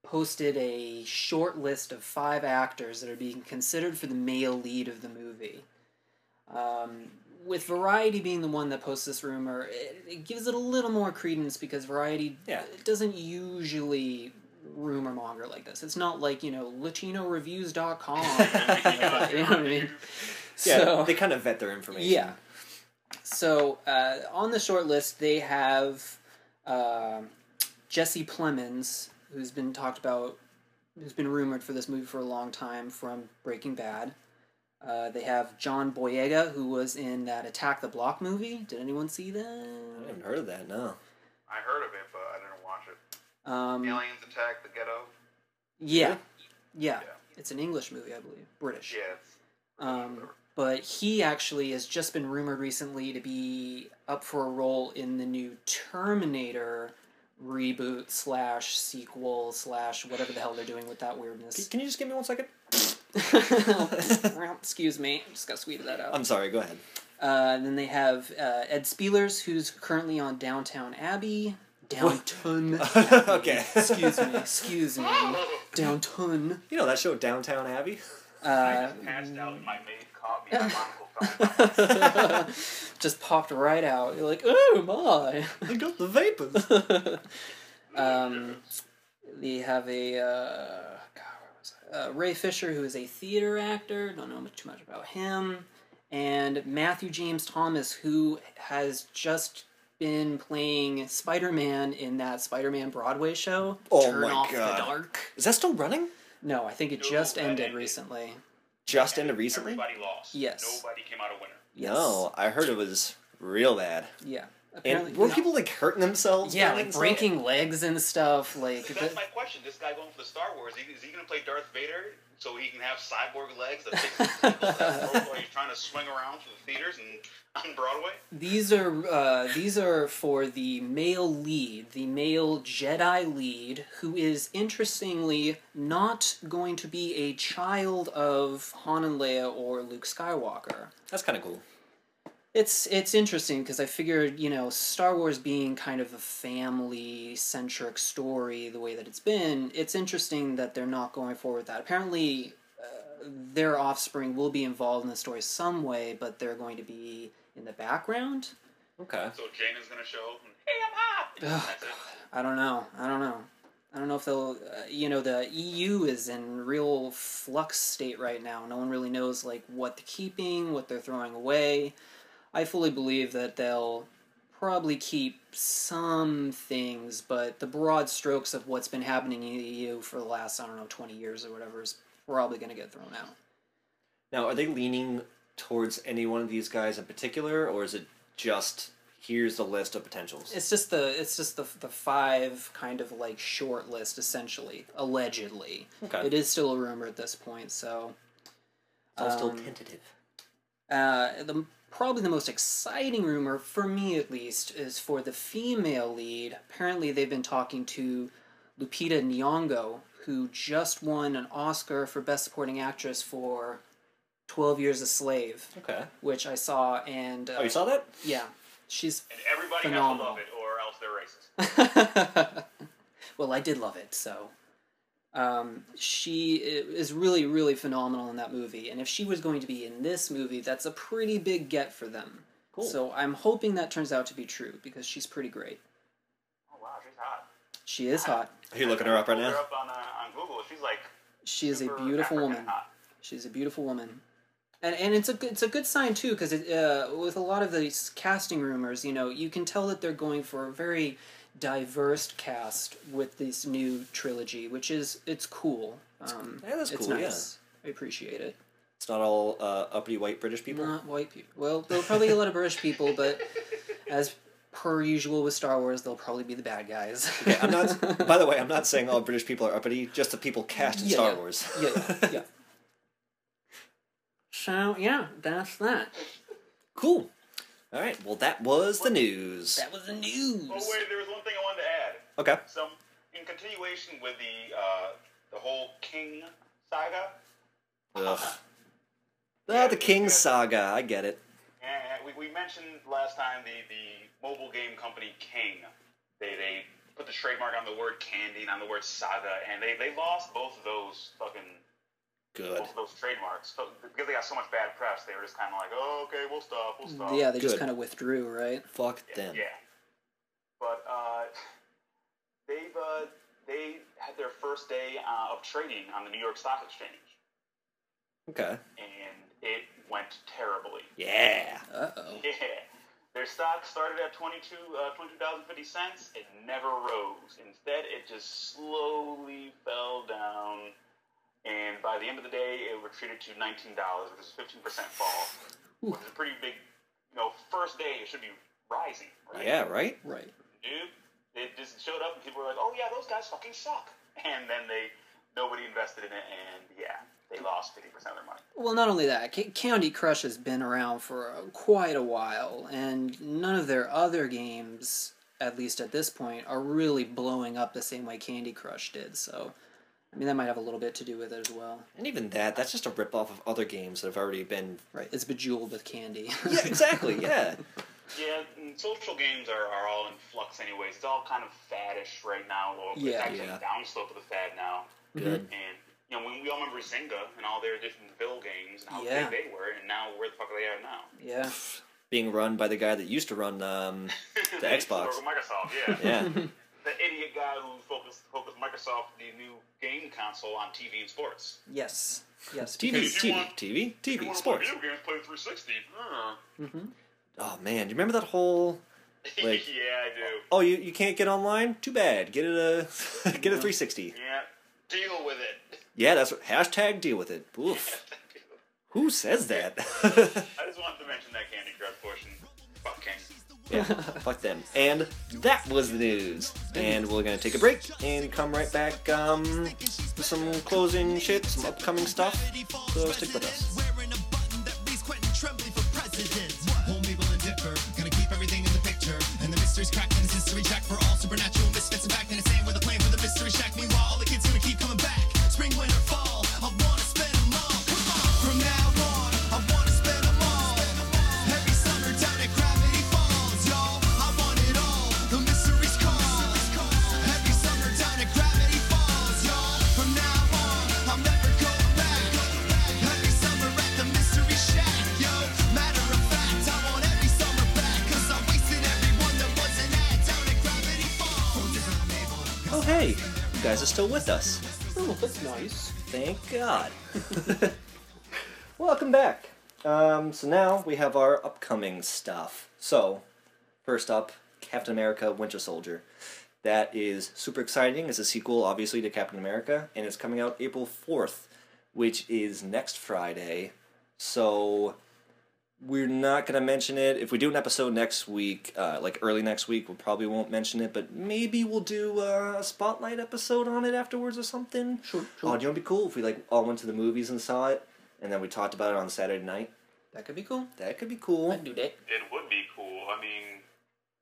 Speaker 4: posted a short list of five actors that are being considered for the male lead of the movie. Um, with Variety being the one that posts this rumor, it, it gives it a little more credence because Variety
Speaker 2: Yeah.
Speaker 4: doesn't usually rumor monger like this. It's not like, you know,
Speaker 2: (laughs)
Speaker 4: LatinoReviews.com. you know what I mean?
Speaker 2: Yeah,
Speaker 4: So-
Speaker 2: they kind of vet their information.
Speaker 4: yeah. So uh, on the short list, they have um Jesse Plemons, who's been talked about, who's been rumored for this movie for a long time from Breaking Bad. Uh, they have John Boyega, who was in that Attack the Block movie. Did anyone see
Speaker 2: I
Speaker 4: that?
Speaker 2: haven't heard of that. No.
Speaker 3: I heard of it, but I didn't watch it.
Speaker 4: Um,
Speaker 3: Aliens attack the ghetto.
Speaker 4: yeah, yeah.
Speaker 3: Yeah.
Speaker 4: It's an English movie, I believe. British.
Speaker 3: Yeah,
Speaker 4: Um, but he actually has just been rumored recently to be up for a role in the new Terminator reboot slash sequel slash whatever the hell they're doing with that
Speaker 2: C-
Speaker 4: weirdness.
Speaker 2: Can you just give me one second?
Speaker 4: (laughs) Excuse me, just got sweeted that out.
Speaker 2: I'm sorry. Go ahead.
Speaker 4: Uh, then they have uh, Ed Spielers, who's currently on Downtown Abbey. Downton. Abbey.
Speaker 2: (laughs) (laughs) Okay.
Speaker 4: Excuse me. Excuse me. Downton.
Speaker 2: You know that show Downtown Abbey?
Speaker 4: Uh,
Speaker 3: passed out. My maid caught me. My monocle fell off.
Speaker 4: (laughs) just popped right out. You're like, oh
Speaker 2: (laughs)
Speaker 4: my.
Speaker 2: I got the vapors.
Speaker 4: (laughs) Um, they have a uh, God, where was I? Uh, Ray Fisher, who is a theater actor. Don't know much, too much about him. And Matthew James Thomas, who has just been playing Spider Man in that Spider Man Broadway show.
Speaker 2: Oh
Speaker 4: Turn
Speaker 2: my
Speaker 4: off
Speaker 2: God.
Speaker 4: the dark.
Speaker 2: Is that still running?
Speaker 4: No, I think it
Speaker 3: No,
Speaker 4: just
Speaker 3: that
Speaker 4: ended
Speaker 3: ended.
Speaker 4: recently.
Speaker 2: Just ended recently.
Speaker 3: Everybody lost.
Speaker 4: Yes.
Speaker 3: Nobody came out a winner.
Speaker 4: Yes.
Speaker 2: No, I heard it was real bad.
Speaker 4: Yeah.
Speaker 2: And were
Speaker 4: no.
Speaker 2: people like hurting themselves?
Speaker 4: yeah,
Speaker 2: doing
Speaker 4: like
Speaker 2: it?
Speaker 4: breaking legs and stuff. Like,
Speaker 3: See, that's
Speaker 4: the-
Speaker 3: my question. This guy going for the Star Wars, is he, is he going to play Darth Vader so he can have cyborg legs that fix his people that throw while he's trying to swing around through the theaters and (laughs) on Broadway?
Speaker 4: These are uh, these are for the male lead, the male Jedi lead, who is interestingly not going to be a child of Han and Leia or Luke Skywalker.
Speaker 2: That's kind of cool.
Speaker 4: It's it's interesting because I figured you know Star Wars being kind of a family centric story the way that it's been, it's interesting that they're not going forward with that. Apparently, uh, their offspring will be involved in the story some way, but they're going to be in the background.
Speaker 2: Okay.
Speaker 3: So Jaden's going to show, and, hey, I'm hot!
Speaker 4: Ugh,
Speaker 3: That's it.
Speaker 4: I don't know. I don't know. I don't know if they'll. Uh, you know, the EU is in real flux state right now. No one really knows like what they're keeping, what they're throwing away. I fully believe that they'll probably keep some things, but the broad strokes of what's been happening in the EU for the last I don't know twenty years or whatever is probably going to get thrown out.
Speaker 2: Now, are they leaning towards any one of these guys in particular, or is it just here's the list of potentials?
Speaker 4: It's just the it's just the the five kind of like short list essentially, allegedly.
Speaker 2: Okay.
Speaker 4: It is still a rumor at this point, so
Speaker 2: It's all still
Speaker 4: um,
Speaker 2: tentative.
Speaker 4: uh, the probably the most exciting rumor for me at least is for the female lead. Apparently, they've been talking to Lupita Nyong'o, who just won an Oscar for Best Supporting Actress for Twelve Years a Slave,
Speaker 2: Okay.
Speaker 4: which I saw, and uh,
Speaker 2: Oh, you saw that?
Speaker 4: yeah, she's
Speaker 3: And everybody
Speaker 4: Phenomenal.
Speaker 3: has to love it, or else they're
Speaker 4: (laughs)
Speaker 3: racist.
Speaker 4: well, I did love it, so um, she i- is really, really phenomenal in that movie. And if she was going to be in this movie, that's a pretty big get for them.
Speaker 2: Cool.
Speaker 4: So I'm hoping that turns out to be true because she's pretty great.
Speaker 3: oh wow, she's hot.
Speaker 4: She is hot.
Speaker 2: Are you looking her up right
Speaker 3: Look her
Speaker 2: now?
Speaker 3: up on, uh, on Google. She's like
Speaker 4: She is a
Speaker 3: super
Speaker 4: beautiful
Speaker 3: African
Speaker 4: woman.
Speaker 3: Hot.
Speaker 4: She's a beautiful woman. And, and it's a good, it's a good sign too because uh, with a lot of these casting rumors, you know, you can tell that they're going for a very diverse cast with this new trilogy, which is it's cool. Um,
Speaker 2: Yeah, that's
Speaker 4: it's
Speaker 2: cool, yeah.
Speaker 4: nice. I appreciate it.
Speaker 2: It's not all uh, uppity white British people.
Speaker 4: Not white people. Well, there will probably be a lot of British people, but as per usual with Star Wars, they'll probably be the bad guys.
Speaker 2: Yeah, I'm
Speaker 4: (laughs)
Speaker 2: not. by the way, I'm not saying all British people are uppity. Just the people cast in
Speaker 4: Yeah,
Speaker 2: Star
Speaker 4: yeah.
Speaker 2: Wars. (laughs)
Speaker 4: yeah, yeah, yeah. So yeah, that's that.
Speaker 2: cool. All right. Well, that was the news.
Speaker 4: That was the news.
Speaker 3: Oh wait, there was one thing I wanted to add.
Speaker 2: Okay.
Speaker 3: Some in continuation with the uh, the whole King saga.
Speaker 2: Ugh. Ah, the King Saga. I get it.
Speaker 3: And eh, we, we mentioned last time the, the mobile game company King. They, they put the trademark on the word candy and on the word saga, and they, they lost both of those fucking
Speaker 2: Good.
Speaker 3: both of those trademarks so, because they got so much bad press. They were just kind of like, oh, okay, we'll stop, we'll stop.
Speaker 4: Yeah, they just
Speaker 2: Good.
Speaker 4: kind of withdrew, right?
Speaker 2: Fuck them.
Speaker 3: Yeah. But uh, they've uh, they had their first day uh, of trading on the New York Stock Exchange,
Speaker 2: Okay.
Speaker 3: and it went terribly.
Speaker 2: Yeah.
Speaker 4: Uh oh.
Speaker 3: (laughs) Yeah. Their stock started at 22, uh, 22,050 cents. It never rose. Instead, it just slowly fell down. And by the end of the day, it retreated to $19, which is a 15% fall, which is a pretty big, you know, first day it should be rising, right?
Speaker 2: Yeah. Right.
Speaker 4: Right.
Speaker 3: Dude, it just showed up and people were like, oh yeah, those guys fucking suck. (laughs) And then they, nobody invested in it and yeah, they lost 50% of their money.
Speaker 4: Well, not only that, Ca- Candy Crush has been around for uh, quite a while, and none of their other games, at least at this point, are really blowing up the same way Candy Crush did. So, I mean, that might have a little bit to do with it as well.
Speaker 2: And even that, that's just a rip off of other games that have already been. (laughs)
Speaker 4: Right. It's bejeweled with candy.
Speaker 2: Yeah, exactly. Yeah.
Speaker 3: Yeah, and social games are, are all in flux, anyways. It's all kind of faddish right now. Well,
Speaker 4: Yeah.
Speaker 3: it's actually
Speaker 2: Yeah. Mm-hmm.
Speaker 3: a downslope of the fad now.
Speaker 2: Good.
Speaker 3: And you know, we, we all remember Zynga and all their different bill games and how big
Speaker 4: Yeah.
Speaker 3: they were, and now where the fuck are they at now?
Speaker 4: (laughs) yeah.
Speaker 2: Being run by the guy that used to run um,
Speaker 3: (laughs)
Speaker 2: the Xbox.
Speaker 3: Or Microsoft, yeah.
Speaker 2: Yeah.
Speaker 3: The idiot guy who focused focused Microsoft the new game console on TV and sports.
Speaker 4: Yes. Yes.
Speaker 2: TV,
Speaker 4: because-
Speaker 3: If you
Speaker 2: TV,
Speaker 3: want-
Speaker 2: TV,
Speaker 3: You
Speaker 2: TV,
Speaker 3: wanna play
Speaker 2: sports.
Speaker 3: Video games play 360. Mm.
Speaker 2: Oh man, do you remember that whole? Like-
Speaker 3: (laughs) yeah, I do.
Speaker 2: Oh, you, you can't get online? Too bad. Get it a (laughs) get a three sixty.
Speaker 3: Yeah, deal with it.
Speaker 2: Yeah, that's what, hashtag deal with it.
Speaker 3: (laughs)
Speaker 2: Oof. Who says that?
Speaker 3: I just wanted to mention that Candy Crush portion. Fuck King.
Speaker 2: yeah, (laughs) fuck them. And that was the news. And we're gonna take a break and come right back um, with some closing shit, some upcoming stuff. So stick with us.
Speaker 1: Wearing a button that reads Quentin Tremblay for president. Homie will differ, gonna keep everything in the picture. And the mystery's cracked and it's history check for all supernatural misfits. In fact, and it's aimed with a plan for the mystery shack. Meanwhile, all the kids gonna keep coming back. Spring, winter, fall, I wanna spend 'em all. Come on. From now on, I wanna spend 'em all. Every summer down at Gravity Falls, y'all. I want it all. The mystery's called. Every summer down at Gravity Falls, y'all. From now on, I'm never going back. Every summer at the Mystery Shack, yo. Matter of fact, I want every summer back. 'Cause I wasted every one that wasn't at down at Gravity Falls.
Speaker 2: Oh hey, you guys are still with us.
Speaker 4: Oh, that's nice.
Speaker 2: Thank (laughs) God. Welcome back. Um, so now we have our upcoming stuff. So, first up, Captain America Winter Soldier. That is super exciting. It's a sequel, obviously, to Captain America, and it's coming out April 4th, which is next Friday. So, we're not going to mention it. If we do an episode next week, uh, like early next week, we probably won't mention it, but maybe we'll do uh, a spotlight episode on it afterwards or something.
Speaker 4: Sure,
Speaker 2: Oh,
Speaker 4: sure.
Speaker 2: do you know what'd be cool if we like all went to the movies and saw it, and then we talked about it on Saturday night?
Speaker 4: That could be cool.
Speaker 2: That could be
Speaker 4: I
Speaker 2: cool.
Speaker 4: can do that.
Speaker 3: It would be cool. I mean,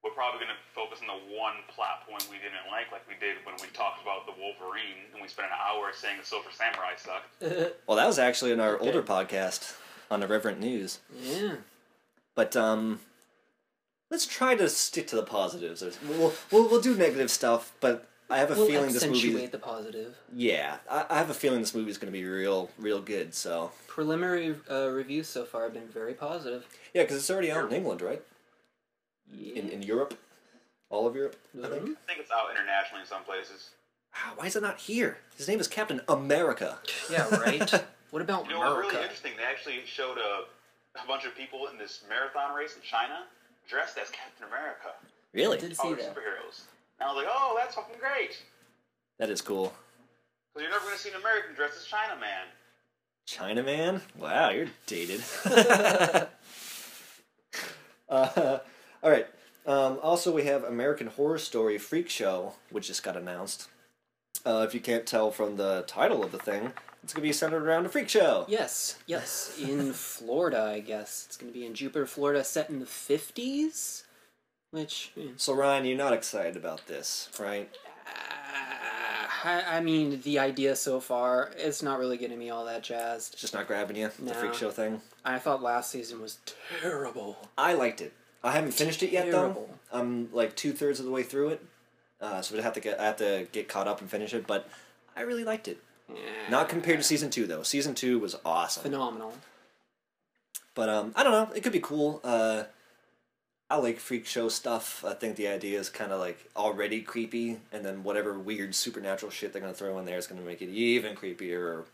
Speaker 3: we're probably going to focus on the one plot point we didn't like, like we did when we talked about the Wolverine, and we spent an hour saying the Silver Samurai sucked.
Speaker 2: Well, that was actually in our older podcast. on irreverent news.
Speaker 4: Yeah.
Speaker 2: But um, let's try to stick to the positives. There's- We'll we'll, we'll do negative stuff, but I have a
Speaker 4: We'll
Speaker 2: feeling this
Speaker 4: accentuate
Speaker 2: movie.
Speaker 4: the positive.
Speaker 2: Yeah, I, I have a feeling this movie's going to be real, real good. So
Speaker 4: Preliminary uh, reviews so far have been very positive.
Speaker 2: yeah, because it's already out in England, right?
Speaker 4: Yeah.
Speaker 2: In in Europe, all of Europe, I think.
Speaker 4: Mhm.
Speaker 3: I think it's out internationally in some places.
Speaker 2: Ah, Why is it not here? His name is Captain America.
Speaker 4: Yeah, right. (laughs) what about
Speaker 3: You know, what's
Speaker 4: America?
Speaker 3: really interesting. They actually showed a, a bunch of people in this marathon race in China dressed as Captain America,
Speaker 4: I
Speaker 2: Really?
Speaker 4: did
Speaker 3: all
Speaker 4: see
Speaker 3: their
Speaker 4: that.
Speaker 3: superheroes. And I was like, oh, that's fucking great.
Speaker 2: That is cool.
Speaker 3: Because you're never going to see an American dressed as China Man.
Speaker 2: Chinaman? Wow, you're
Speaker 4: (laughs)
Speaker 2: dated. (laughs) uh, all right. Um, also, we have American Horror Story Freak Show, which just got announced. Uh, if you can't tell from the title of the thing, it's going to be centered around a freak show.
Speaker 4: Yes, yes, (laughs) in Florida, I guess it's going to be in Jupiter, Florida, set in the fifties. Which eh,
Speaker 2: So, Ryan, you're not excited about this, right?
Speaker 4: I, I mean, the idea so far, it's not really getting me all that jazzed.
Speaker 2: It's just not grabbing you, the freak
Speaker 4: No.
Speaker 2: show thing.
Speaker 4: I thought last season was terrible.
Speaker 2: I liked it. I haven't finished it yet,
Speaker 4: Terrible.
Speaker 2: though. I'm like two thirds of the way through it, uh, so we'd have to get I have to get caught up and finish it. But I really liked it. Not compared to season two, though. Season two was awesome.
Speaker 4: Phenomenal.
Speaker 2: But um, I don't know. It could be cool. Uh, I like freak show stuff. I think the idea is kind of like already creepy, and then whatever weird supernatural shit they're gonna throw in there is gonna make it even creepier.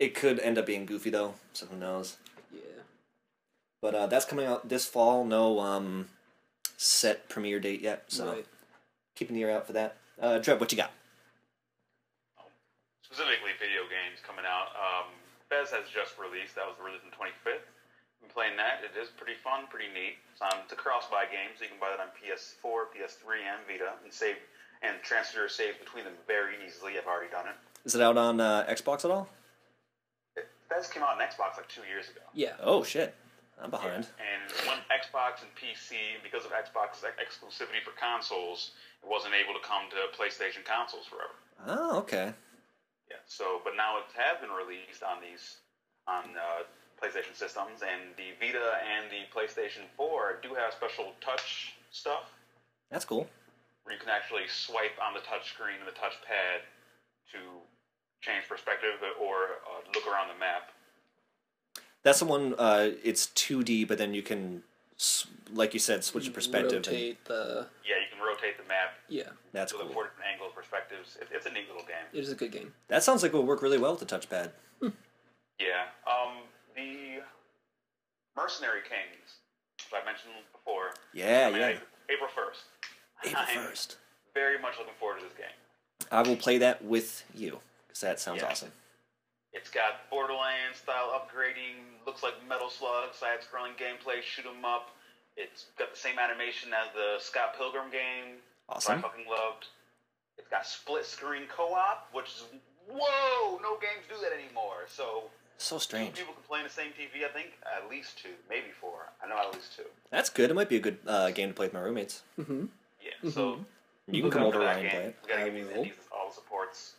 Speaker 2: It could end up being goofy though, so who knows?
Speaker 4: Yeah.
Speaker 2: But uh, that's coming out this fall. No um, set premiere date yet, so
Speaker 4: Right.
Speaker 2: keep an ear out for that. Uh, Trev, what you got?
Speaker 3: Specifically, video games coming out. Um, Fez has just released. That was released on 25th. I've been playing that. It is pretty fun, pretty neat. It's, um, it's a cross-buy game, so you can buy that on PS4, PS3, and Vita, and save and transfer your saves between them very easily. I've already done it.
Speaker 2: Is it out on uh, Xbox at all?
Speaker 3: Fez came out on Xbox like two years ago.
Speaker 4: Yeah.
Speaker 2: Oh shit, I'm behind.
Speaker 3: And when Xbox and PC, because of Xbox's ex- exclusivity for consoles, it wasn't able to come to PlayStation consoles forever.
Speaker 2: Oh okay.
Speaker 3: Yeah. So, but now it has been released on these on uh, PlayStation systems, and the Vita and the PlayStation Four do have special touch stuff
Speaker 2: That's cool.
Speaker 3: where you can actually swipe on the touch screen and the touchpad to change perspective or uh, look around the map.
Speaker 2: That's the one. Uh, it's two D, but then you can, s- like you said, switch your perspective. And
Speaker 4: Rotate the.
Speaker 3: Yeah, you can rotate the map
Speaker 4: Yeah.
Speaker 2: that's
Speaker 3: to the
Speaker 2: cool.
Speaker 3: four different angles, perspectives. It, it's a neat little game.
Speaker 4: It is a good game.
Speaker 2: That sounds like it would work really well with the touchpad.
Speaker 3: Yeah. Um, the Mercenary Kings, which I mentioned before.
Speaker 2: Yeah,
Speaker 3: coming
Speaker 2: Oh, yeah.
Speaker 3: out April first. (laughs)
Speaker 2: April
Speaker 3: I'm
Speaker 2: first.
Speaker 3: Very much looking forward to this game.
Speaker 2: I will play that with you because that sounds
Speaker 3: Yeah.
Speaker 2: awesome.
Speaker 3: It's got Borderlands style upgrading, looks like Metal Slug, side scrolling gameplay, shoot 'em up. It's got the same animation as the Scott Pilgrim game, which I
Speaker 2: Awesome.
Speaker 3: fucking loved. It's got split screen co op, which is whoa, no games do that anymore. So
Speaker 2: So
Speaker 3: two
Speaker 2: strange.
Speaker 3: people can play on the same TV, I think. At least two, maybe four. I know at least two.
Speaker 2: That's good. It might be a good uh, game to play with my roommates.
Speaker 4: Mm-hmm.
Speaker 3: Yeah. So
Speaker 2: You can come
Speaker 3: Look out
Speaker 2: over
Speaker 3: for that
Speaker 2: Ryan and play
Speaker 3: game.
Speaker 2: it.
Speaker 3: We gotta
Speaker 2: I
Speaker 3: give these
Speaker 2: will.
Speaker 3: indies all the supports.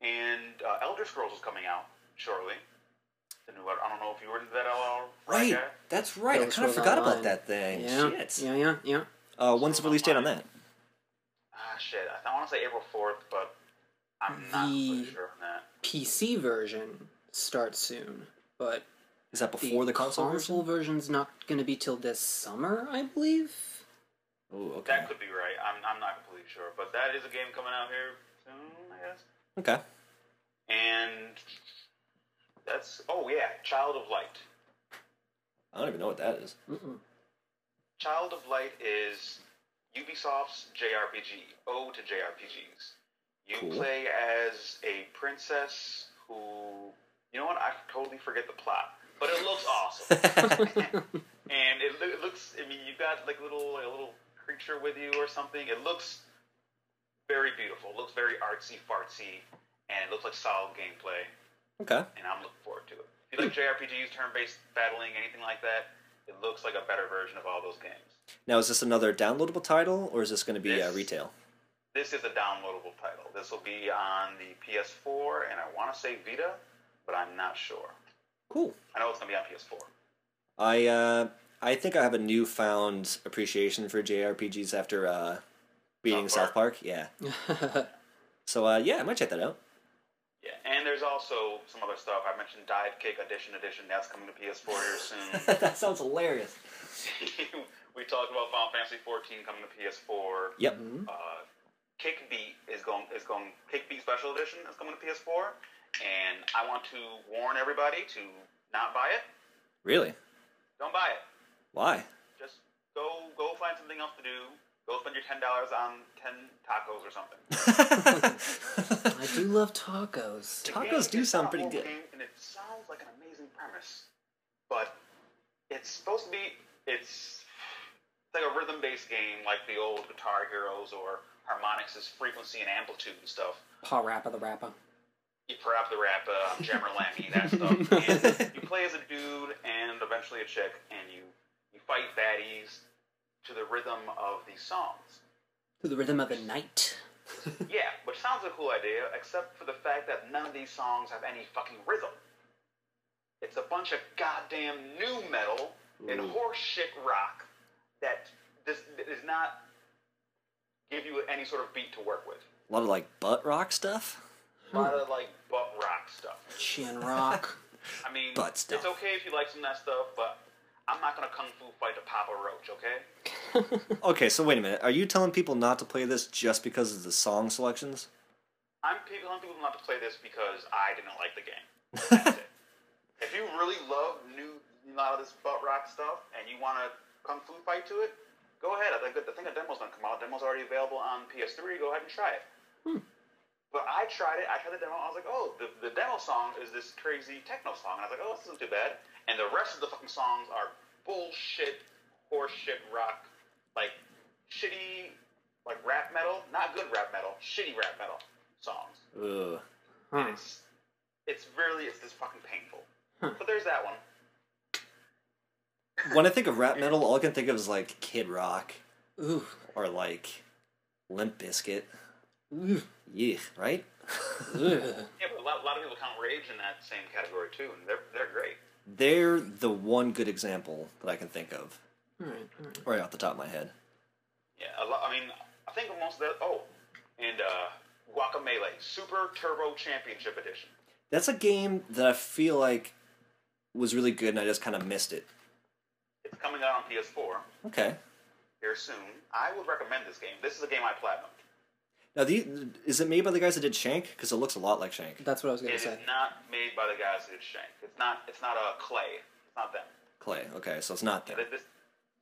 Speaker 3: And uh, Elder Scrolls is coming out shortly. The new, I don't know if you were into that at all.
Speaker 2: Right.
Speaker 3: Jack?
Speaker 2: That's right. I
Speaker 4: Elder
Speaker 2: kind of
Speaker 4: Scrolls
Speaker 2: forgot
Speaker 4: Online.
Speaker 2: about that thing.
Speaker 4: Yeah.
Speaker 2: Shit.
Speaker 4: Yeah. Yeah. Yeah.
Speaker 2: Uh, when's the release date on that?
Speaker 3: Ah, shit. I, I want to say April fourth, but I'm not
Speaker 4: The-
Speaker 3: really sure on that.
Speaker 4: PC version starts soon, but
Speaker 2: Is that before the, console? version?
Speaker 4: console version's not going to be till this summer, I believe. (laughs)
Speaker 2: Oh, okay.
Speaker 3: That could be right. I'm, I'm not completely sure, but that is a game coming out here soon, I guess.
Speaker 2: Okay.
Speaker 3: And that's oh yeah, Child of Light.
Speaker 2: I don't even know what that is.
Speaker 4: Mm-mm.
Speaker 3: Child of Light is Ubisoft's JRPG, Ode to JRPGs. You
Speaker 2: Cool.
Speaker 3: play as a princess who, you know what? I totally forget the plot, but it looks awesome. and it, loo- it looks. I mean, you've got like little a little creature with you or something. It looks very beautiful. It looks very artsy fartsy, and it looks like solid gameplay
Speaker 2: okay.
Speaker 3: and I'm looking forward to it. If you like JRPGs, turn-based battling, anything like that, it looks like a better version of all those games.
Speaker 2: Now, is this another downloadable title, or is this going to be uh,
Speaker 3: This-
Speaker 2: retail?
Speaker 3: This is a downloadable title. This will be on the PS4 and I want to say Vita, but I'm not sure.
Speaker 2: Cool.
Speaker 3: I know it's gonna be on PS4.
Speaker 2: I uh, I think I have a newfound appreciation for JRPGs after uh, beating
Speaker 3: South
Speaker 2: South Park. Yeah. So uh, yeah, I might check that out.
Speaker 3: Yeah, and there's also some other stuff. I mentioned Dive Kick Edition Edition. That's coming to PS4 here soon.
Speaker 2: (laughs)
Speaker 3: (laughs)
Speaker 2: that sounds hilarious.
Speaker 3: we talked about Final Fantasy 14 coming to PS4.
Speaker 2: Yep.
Speaker 3: Uh, Kick Beat is going is going Kick Beat Special Edition is coming to PS4, and I want to warn everybody to not buy it.
Speaker 2: Really?
Speaker 3: Don't buy it.
Speaker 2: Why?
Speaker 3: Just go go find something else to do. Go spend your ten dollars on ten tacos or something.
Speaker 4: I do love
Speaker 2: (laughs)
Speaker 4: tacos.
Speaker 2: Tacos do
Speaker 3: It's
Speaker 2: sound
Speaker 3: not
Speaker 2: pretty good.
Speaker 3: Wolfgang, and it sounds like an amazing premise, but it's supposed to be it's, it's like a rhythm-based game, like the old Guitar Heroes or Harmonix is frequency and amplitude and stuff.
Speaker 4: Paw Rappa the Rappa.
Speaker 3: You perap the rap,
Speaker 2: (laughs)
Speaker 3: uh, jammer lammy, that stuff. And you play as a dude and eventually a chick, and you you fight baddies to the rhythm of these songs.
Speaker 4: To the rhythm of the night.
Speaker 3: Yeah, which sounds a cool idea, except for the fact that none of these songs have any fucking rhythm. It's a bunch of goddamn new metal and horseshit rock that does, that does not give you any sort of beat to work with.
Speaker 2: A lot of like butt rock (laughs) stuff.
Speaker 3: A lot of like butt rock stuff.
Speaker 2: (laughs)
Speaker 4: Chin rock.
Speaker 3: I mean,
Speaker 2: Butt stuff.
Speaker 3: it's okay if you like some of that stuff, but I'm not gonna kung fu fight a Papa Roach, okay?
Speaker 2: Okay, so wait a minute. Are you telling people not to play this just because of the song selections?
Speaker 3: I'm people, I'm people not to play this because I didn't like the game. That's it. If you really love new a lot of this butt rock stuff and you want to kung fu fight to it, go ahead. I think I think a demo's gonna come out. demo's already available on PS3. Go ahead and try it. But I tried it. I tried the demo. I was like, oh, the, the demo song is this crazy techno song, and I was like, oh, this isn't too bad. And the rest of the fucking songs are bullshit, horseshit rock, like shitty, like rap metal. Not good rap metal. Shitty rap metal songs
Speaker 2: Ugh.
Speaker 4: Huh.
Speaker 3: it's it's really it's just fucking painful. But there's that one.
Speaker 2: When I think of rap metal, all I can think of is like Kid Rock
Speaker 4: Ooh.
Speaker 2: or like Limp Biscuit.
Speaker 4: Ooh.
Speaker 2: Yeah, right?
Speaker 4: Ugh.
Speaker 3: Yeah, but a lot, a lot of people count Rage in that same category too, and they're they're great.
Speaker 2: They're the one good example that I can think of
Speaker 4: Alright, alright.
Speaker 2: right off the top of my head.
Speaker 3: Yeah, a lot. I mean, I think most of the oh, and uh, Guacamelee Super Turbo Championship Edition.
Speaker 2: That's a game that I feel like was really good and I just kind of missed it.
Speaker 3: It's coming out on PS4
Speaker 2: Okay.
Speaker 3: here soon. I would recommend this game. This is a game I platinum.
Speaker 2: Now, the, is it made by the guys that did Shank? Because it looks a lot like Shank.
Speaker 4: That's what I was
Speaker 3: It
Speaker 4: gonna
Speaker 3: is
Speaker 4: say.
Speaker 3: not made by the guys that did Shank. It's not. It's not a Clay. It's not them.
Speaker 2: Clay. Okay, so it's not them.
Speaker 3: Th- This,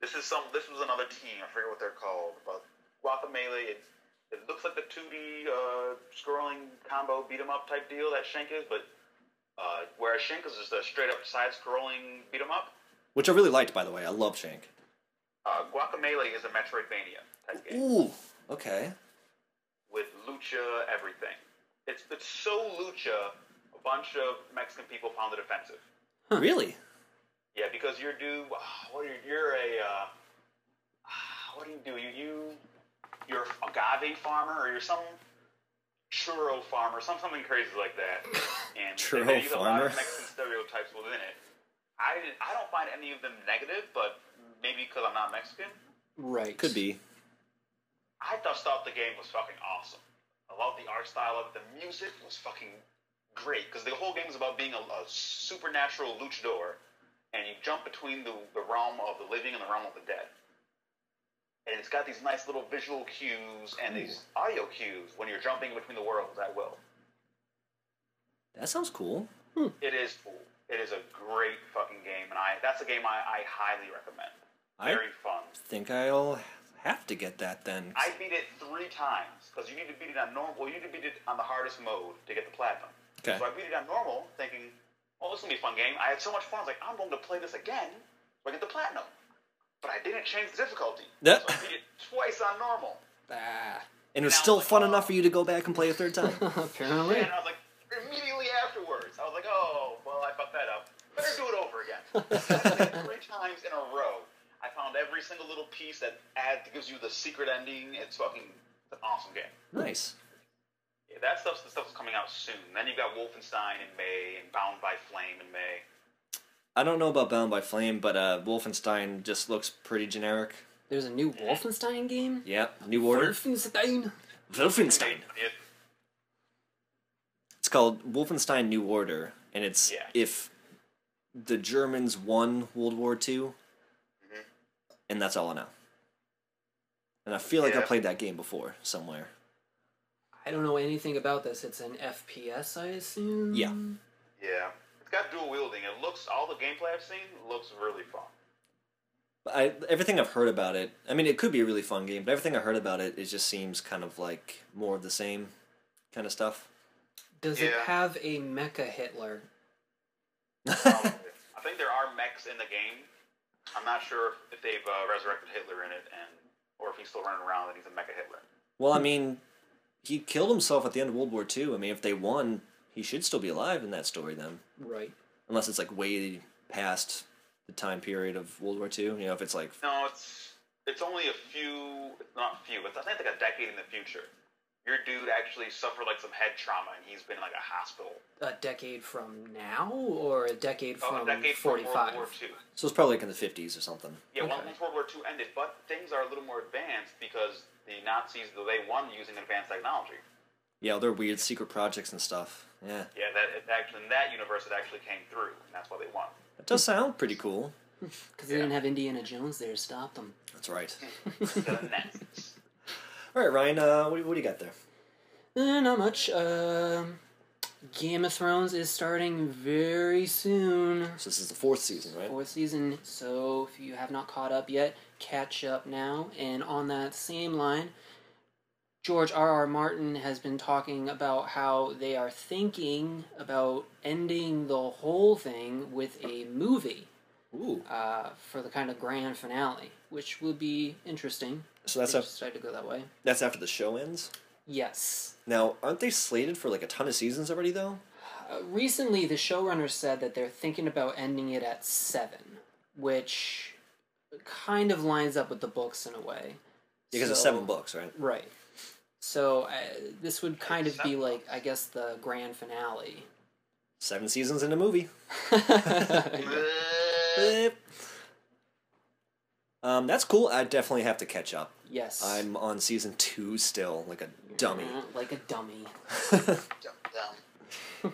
Speaker 3: this is some. This was another team. I forget what they're called, but Guacamelee. It, it looks like the two D uh, scrolling combo beat 'em up type deal that Shank is, but uh, whereas Shank is just a straight up side scrolling beat 'em up,
Speaker 2: Which I really liked, by the way. I love Shank.
Speaker 3: uh, Guacamelee is a Metroidvania type game
Speaker 2: Ooh. Okay.
Speaker 3: with lucha everything. It's it's so lucha. A bunch of Mexican people found it offensive.
Speaker 2: Really?
Speaker 3: Yeah, because you're do what are you, you're a uh, ah, what do you do? You you you're a agave farmer or you're some churro farmer, some something crazy like
Speaker 2: (laughs)
Speaker 3: that. And
Speaker 2: Churro
Speaker 3: there's a lot
Speaker 2: farmer.
Speaker 3: of Mexican stereotypes within it. I didn't, I don't find any of them negative, but maybe because I'm not Mexican,
Speaker 4: Right.
Speaker 2: Could be.
Speaker 3: I just thought the game was fucking awesome. I love the art style of it. The music was fucking great because the whole game is about being a, a supernatural luchador, and you jump between the, the realm of the living and the realm of the dead. And it's got these nice little visual cues and these audio cues when you're jumping between the worlds at will.
Speaker 2: That sounds cool.
Speaker 3: It is cool. It is a great fucking game, and I that's a game I, I highly recommend.
Speaker 2: I-
Speaker 3: Very fun.
Speaker 2: Think I'll have to get that then.
Speaker 3: I beat it three times because you need to beat it on normal. Well, you need to beat it on the hardest mode to get the platinum.
Speaker 2: Okay.
Speaker 3: So I beat it on normal, thinking, "Oh, this is gonna be a fun game." I had so much fun. I was like, "I'm going to play this again so I get the platinum." But I didn't change the difficulty.
Speaker 2: Yeah.
Speaker 3: So I beat it twice on normal,
Speaker 4: Ah,
Speaker 2: And it's
Speaker 3: Now,
Speaker 2: still
Speaker 3: like,
Speaker 2: fun
Speaker 3: oh.
Speaker 2: enough for you to go back and play a third time.
Speaker 4: (laughs) apparently.
Speaker 3: and I was like, immediately afterwards, I was like, "Oh, well, I fucked that up. Better do it over again." I
Speaker 2: (laughs)
Speaker 3: played it three times in a row. I found every single little piece that adds gives you the secret ending. It's fucking it's an awesome game.
Speaker 2: nice.
Speaker 3: Yeah, that stuff's the stuff's coming out soon. Then you've got Wolfenstein in May and Bound by Flame in May.
Speaker 2: I don't know about Bound by Flame, but uh, Wolfenstein just looks pretty generic.
Speaker 4: There's a new Wolfenstein game.
Speaker 2: Yep, New Order.
Speaker 4: Wolfenstein.
Speaker 2: Wolfenstein.
Speaker 3: It,
Speaker 2: It's called Wolfenstein New Order, and it's
Speaker 3: Yeah.
Speaker 2: if the Germans won World War 2
Speaker 3: Mm-hmm.
Speaker 2: and that's all I know. And I feel like I
Speaker 3: Yeah.
Speaker 2: played that game before somewhere.
Speaker 4: I don't know anything about this. It's an FPS, I assume.
Speaker 2: Yeah.
Speaker 3: yeah, it's got dual wielding. It looks all the gameplay I've seen looks really
Speaker 4: (laughs)
Speaker 3: fun.
Speaker 2: But I everything I've heard about it. I mean, it could be a really fun game, but everything I heard about it, it just seems kind of like more of the same kind of stuff.
Speaker 4: Does it
Speaker 3: Yeah.
Speaker 4: have a Mecha Hitler?
Speaker 3: Um, I think there are mechs in the game. I'm not sure if they've uh, resurrected Hitler in it, and or if he's still running around and he's a mecha Hitler.
Speaker 2: Well, I
Speaker 4: Hmm.
Speaker 2: mean, he killed himself at the end of World War II. I mean, if they won, he should still be alive in that story then,
Speaker 4: Right.
Speaker 2: unless it's like way past the time period of World War II. You know, if it's like
Speaker 3: No, it's it's only a few, it's not few, it's I think like a decade in the future. Your dude actually suffered like some head trauma, and he's been in like a hospital.
Speaker 4: A decade from now, or a decade
Speaker 3: Oh,
Speaker 4: from
Speaker 3: a decade from World
Speaker 4: forty-five?
Speaker 3: War Two.
Speaker 2: so, it's probably like in the fifties or something.
Speaker 3: Yeah,
Speaker 4: Okay.
Speaker 3: once once World War Two ended, but things are a little more advanced because the Nazis they won using advanced technology.
Speaker 2: Yeah, other weird secret projects and stuff. Yeah,
Speaker 3: Yeah, that it actually in that universe it actually came through, and that's why they won.
Speaker 2: that does sound pretty cool.
Speaker 4: Because they didn't have Indiana Jones there to stop them.
Speaker 2: That's right.
Speaker 3: (laughs) The Nazis.
Speaker 2: All right, Ryan. Uh, what, do- what do you got there?
Speaker 4: Eh, not much. Um Game of Thrones is starting very soon.
Speaker 2: So this is the fourth season, right?
Speaker 4: fourth season. So if you have not caught up yet, catch up now. And on that same line, George R. R. Martin has been talking about how they are thinking about ending the whole thing with a movie
Speaker 2: Ooh.
Speaker 4: uh, for the kind of grand finale, which will be interesting.
Speaker 2: So that's
Speaker 4: They
Speaker 2: af-
Speaker 4: decided to go that way.
Speaker 2: that's after the show ends.
Speaker 4: Yes.
Speaker 2: Now, aren't they slated for like a ton of seasons already though?
Speaker 4: Uh, recently, the showrunner said that they're thinking about ending it at seven, which kind of lines up with the books in a way.
Speaker 2: Because it's
Speaker 4: So-
Speaker 2: seven books, right?
Speaker 4: Right. So uh, this would kind of be
Speaker 3: Seven
Speaker 4: like, I guess, the
Speaker 2: (laughs)
Speaker 4: grand finale.
Speaker 2: Seven seasons in a movie. Beep. Um, that's cool. I definitely have to catch up.
Speaker 4: yes.
Speaker 2: I'm on season two still, like a dummy.
Speaker 4: Mm, Like a dummy.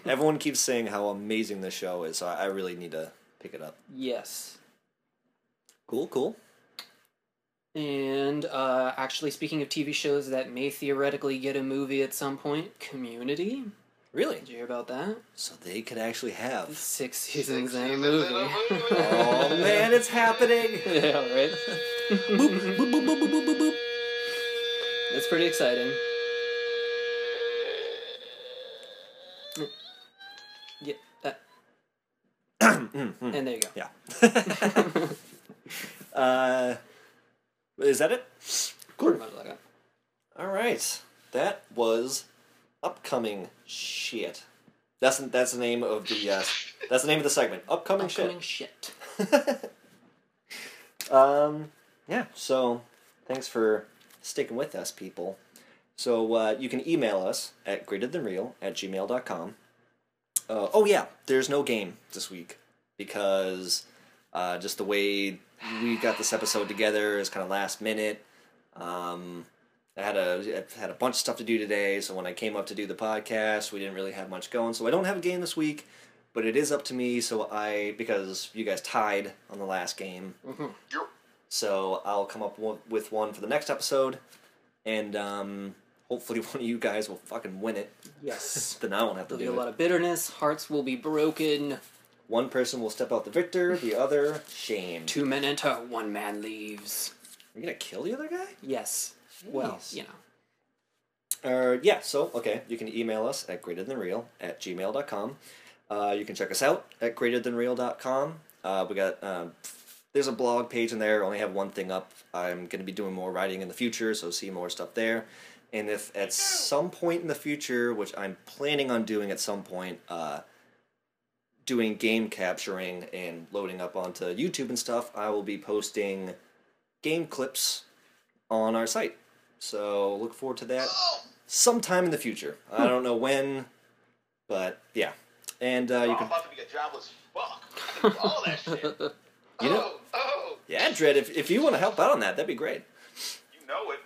Speaker 2: Everyone keeps saying how amazing this show is, so I I really need to pick it up.
Speaker 4: Yes.
Speaker 2: Cool, cool.
Speaker 4: And uh, actually, speaking of TV shows that may theoretically get a movie at some point, Community.
Speaker 2: Really?
Speaker 4: Did you hear about that?
Speaker 2: So they could actually have.
Speaker 4: Six seasons and a
Speaker 3: seasons and
Speaker 4: movie. (laughs)
Speaker 3: a
Speaker 2: (laughs)
Speaker 3: movie.
Speaker 2: Oh man, it's happening!
Speaker 4: yeah, right.
Speaker 2: boop, boop, boop, boop, boop, boop, boop, boop.
Speaker 4: That's pretty exciting. Yeah. That. and there you go.
Speaker 2: Yeah. (laughs) uh, is that it? Cool.
Speaker 4: Much like that.
Speaker 2: All right. That was upcoming shit. That's that's the name of the uh, that's the name of the segment. Upcoming,
Speaker 4: Upcoming shit.
Speaker 2: shit. Um, yeah. So thanks for sticking with us, people. So uh, you can email us at greaterthanreal at gmail.com. Uh, oh yeah, there's no game this week because uh, just the way we got this episode together is kind of last minute. Um, I had a I had a bunch of stuff to do today, so when I came up to do the podcast, we didn't really have much going. So I don't have a game this week, but it is up to me. So I because you guys tied on the last game,
Speaker 3: You're-
Speaker 2: so I'll come up one- with one for the next episode, and um, hopefully (laughs) one of you guys will fucking win it. (laughs)
Speaker 4: Yes.
Speaker 2: Then I won't have to
Speaker 4: There'll be
Speaker 2: do
Speaker 4: a
Speaker 2: it.
Speaker 4: lot of bitterness. Hearts will be broken.
Speaker 2: One person will step out the victor, the other shamed.
Speaker 4: Two men enter, one man leaves.
Speaker 2: You're gonna kill the other guy?
Speaker 4: Yes. Well,
Speaker 2: Jeez.
Speaker 4: you know.
Speaker 2: Uh, yeah, so, okay, you can email us at greaterthanreal at gmail.com. Uh, you can check us out at greaterthanreal.com. Uh, we got, um, there's a blog page in there, only have one thing up. I'm going to be doing more writing in the future, so see more stuff there. And if at some point in the future, which I'm planning on doing at some point, uh, doing game capturing and loading up onto YouTube and stuff, I will be posting game clips on our site. So look forward to that sometime in the future. I don't know when, but yeah. And uh, you
Speaker 3: I'm
Speaker 2: can
Speaker 3: about to be a jobless fuck. can do all that shit. (laughs)
Speaker 2: You know-
Speaker 3: oh, oh,
Speaker 2: Yeah, Dread, if, if you want to help out on that, that'd be great.
Speaker 3: you know it.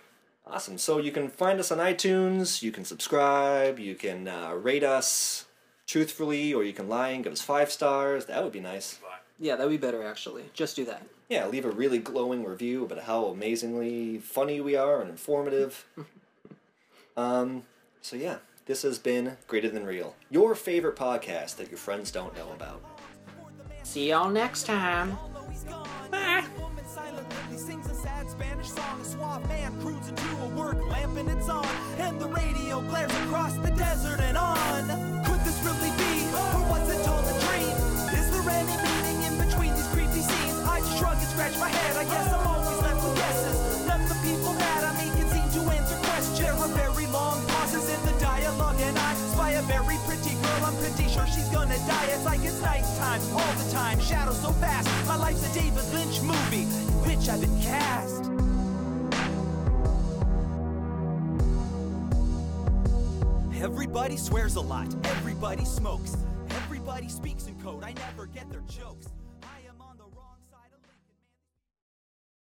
Speaker 2: Awesome. So you can find us on iTunes, you can subscribe, you can uh, rate us truthfully, or you can lie and give us five stars. That would be nice.
Speaker 4: Yeah, that'd be better actually. Just do that.
Speaker 2: Yeah, leave a really glowing review about how amazingly funny we are and informative. um, so yeah, this has been Greater Than Real, your favorite podcast that your friends don't know about.
Speaker 4: See y'all next time.
Speaker 1: Although he's gone, a woman silently sings a sad Spanish song. A suave man cruises into a work lamp and it's on. And the radio blares across the desert and on. Could this really be, or was it all a dream? Is there any meaning in between these creepy scenes? I just shrug and scratch my head. I guess I'm always left with guesses. None of the people that I meet can seem to answer questions. There are very long pauses in the dialogue, and I spy a very pretty girl. I'm pretty sure she's gonna die. It's like it's nighttime all the time. Shadows so fast. My life's a David Lynch movie in which I've been cast. Everybody swears a lot. Everybody smokes. Everybody speaks in code. I never get their jokes.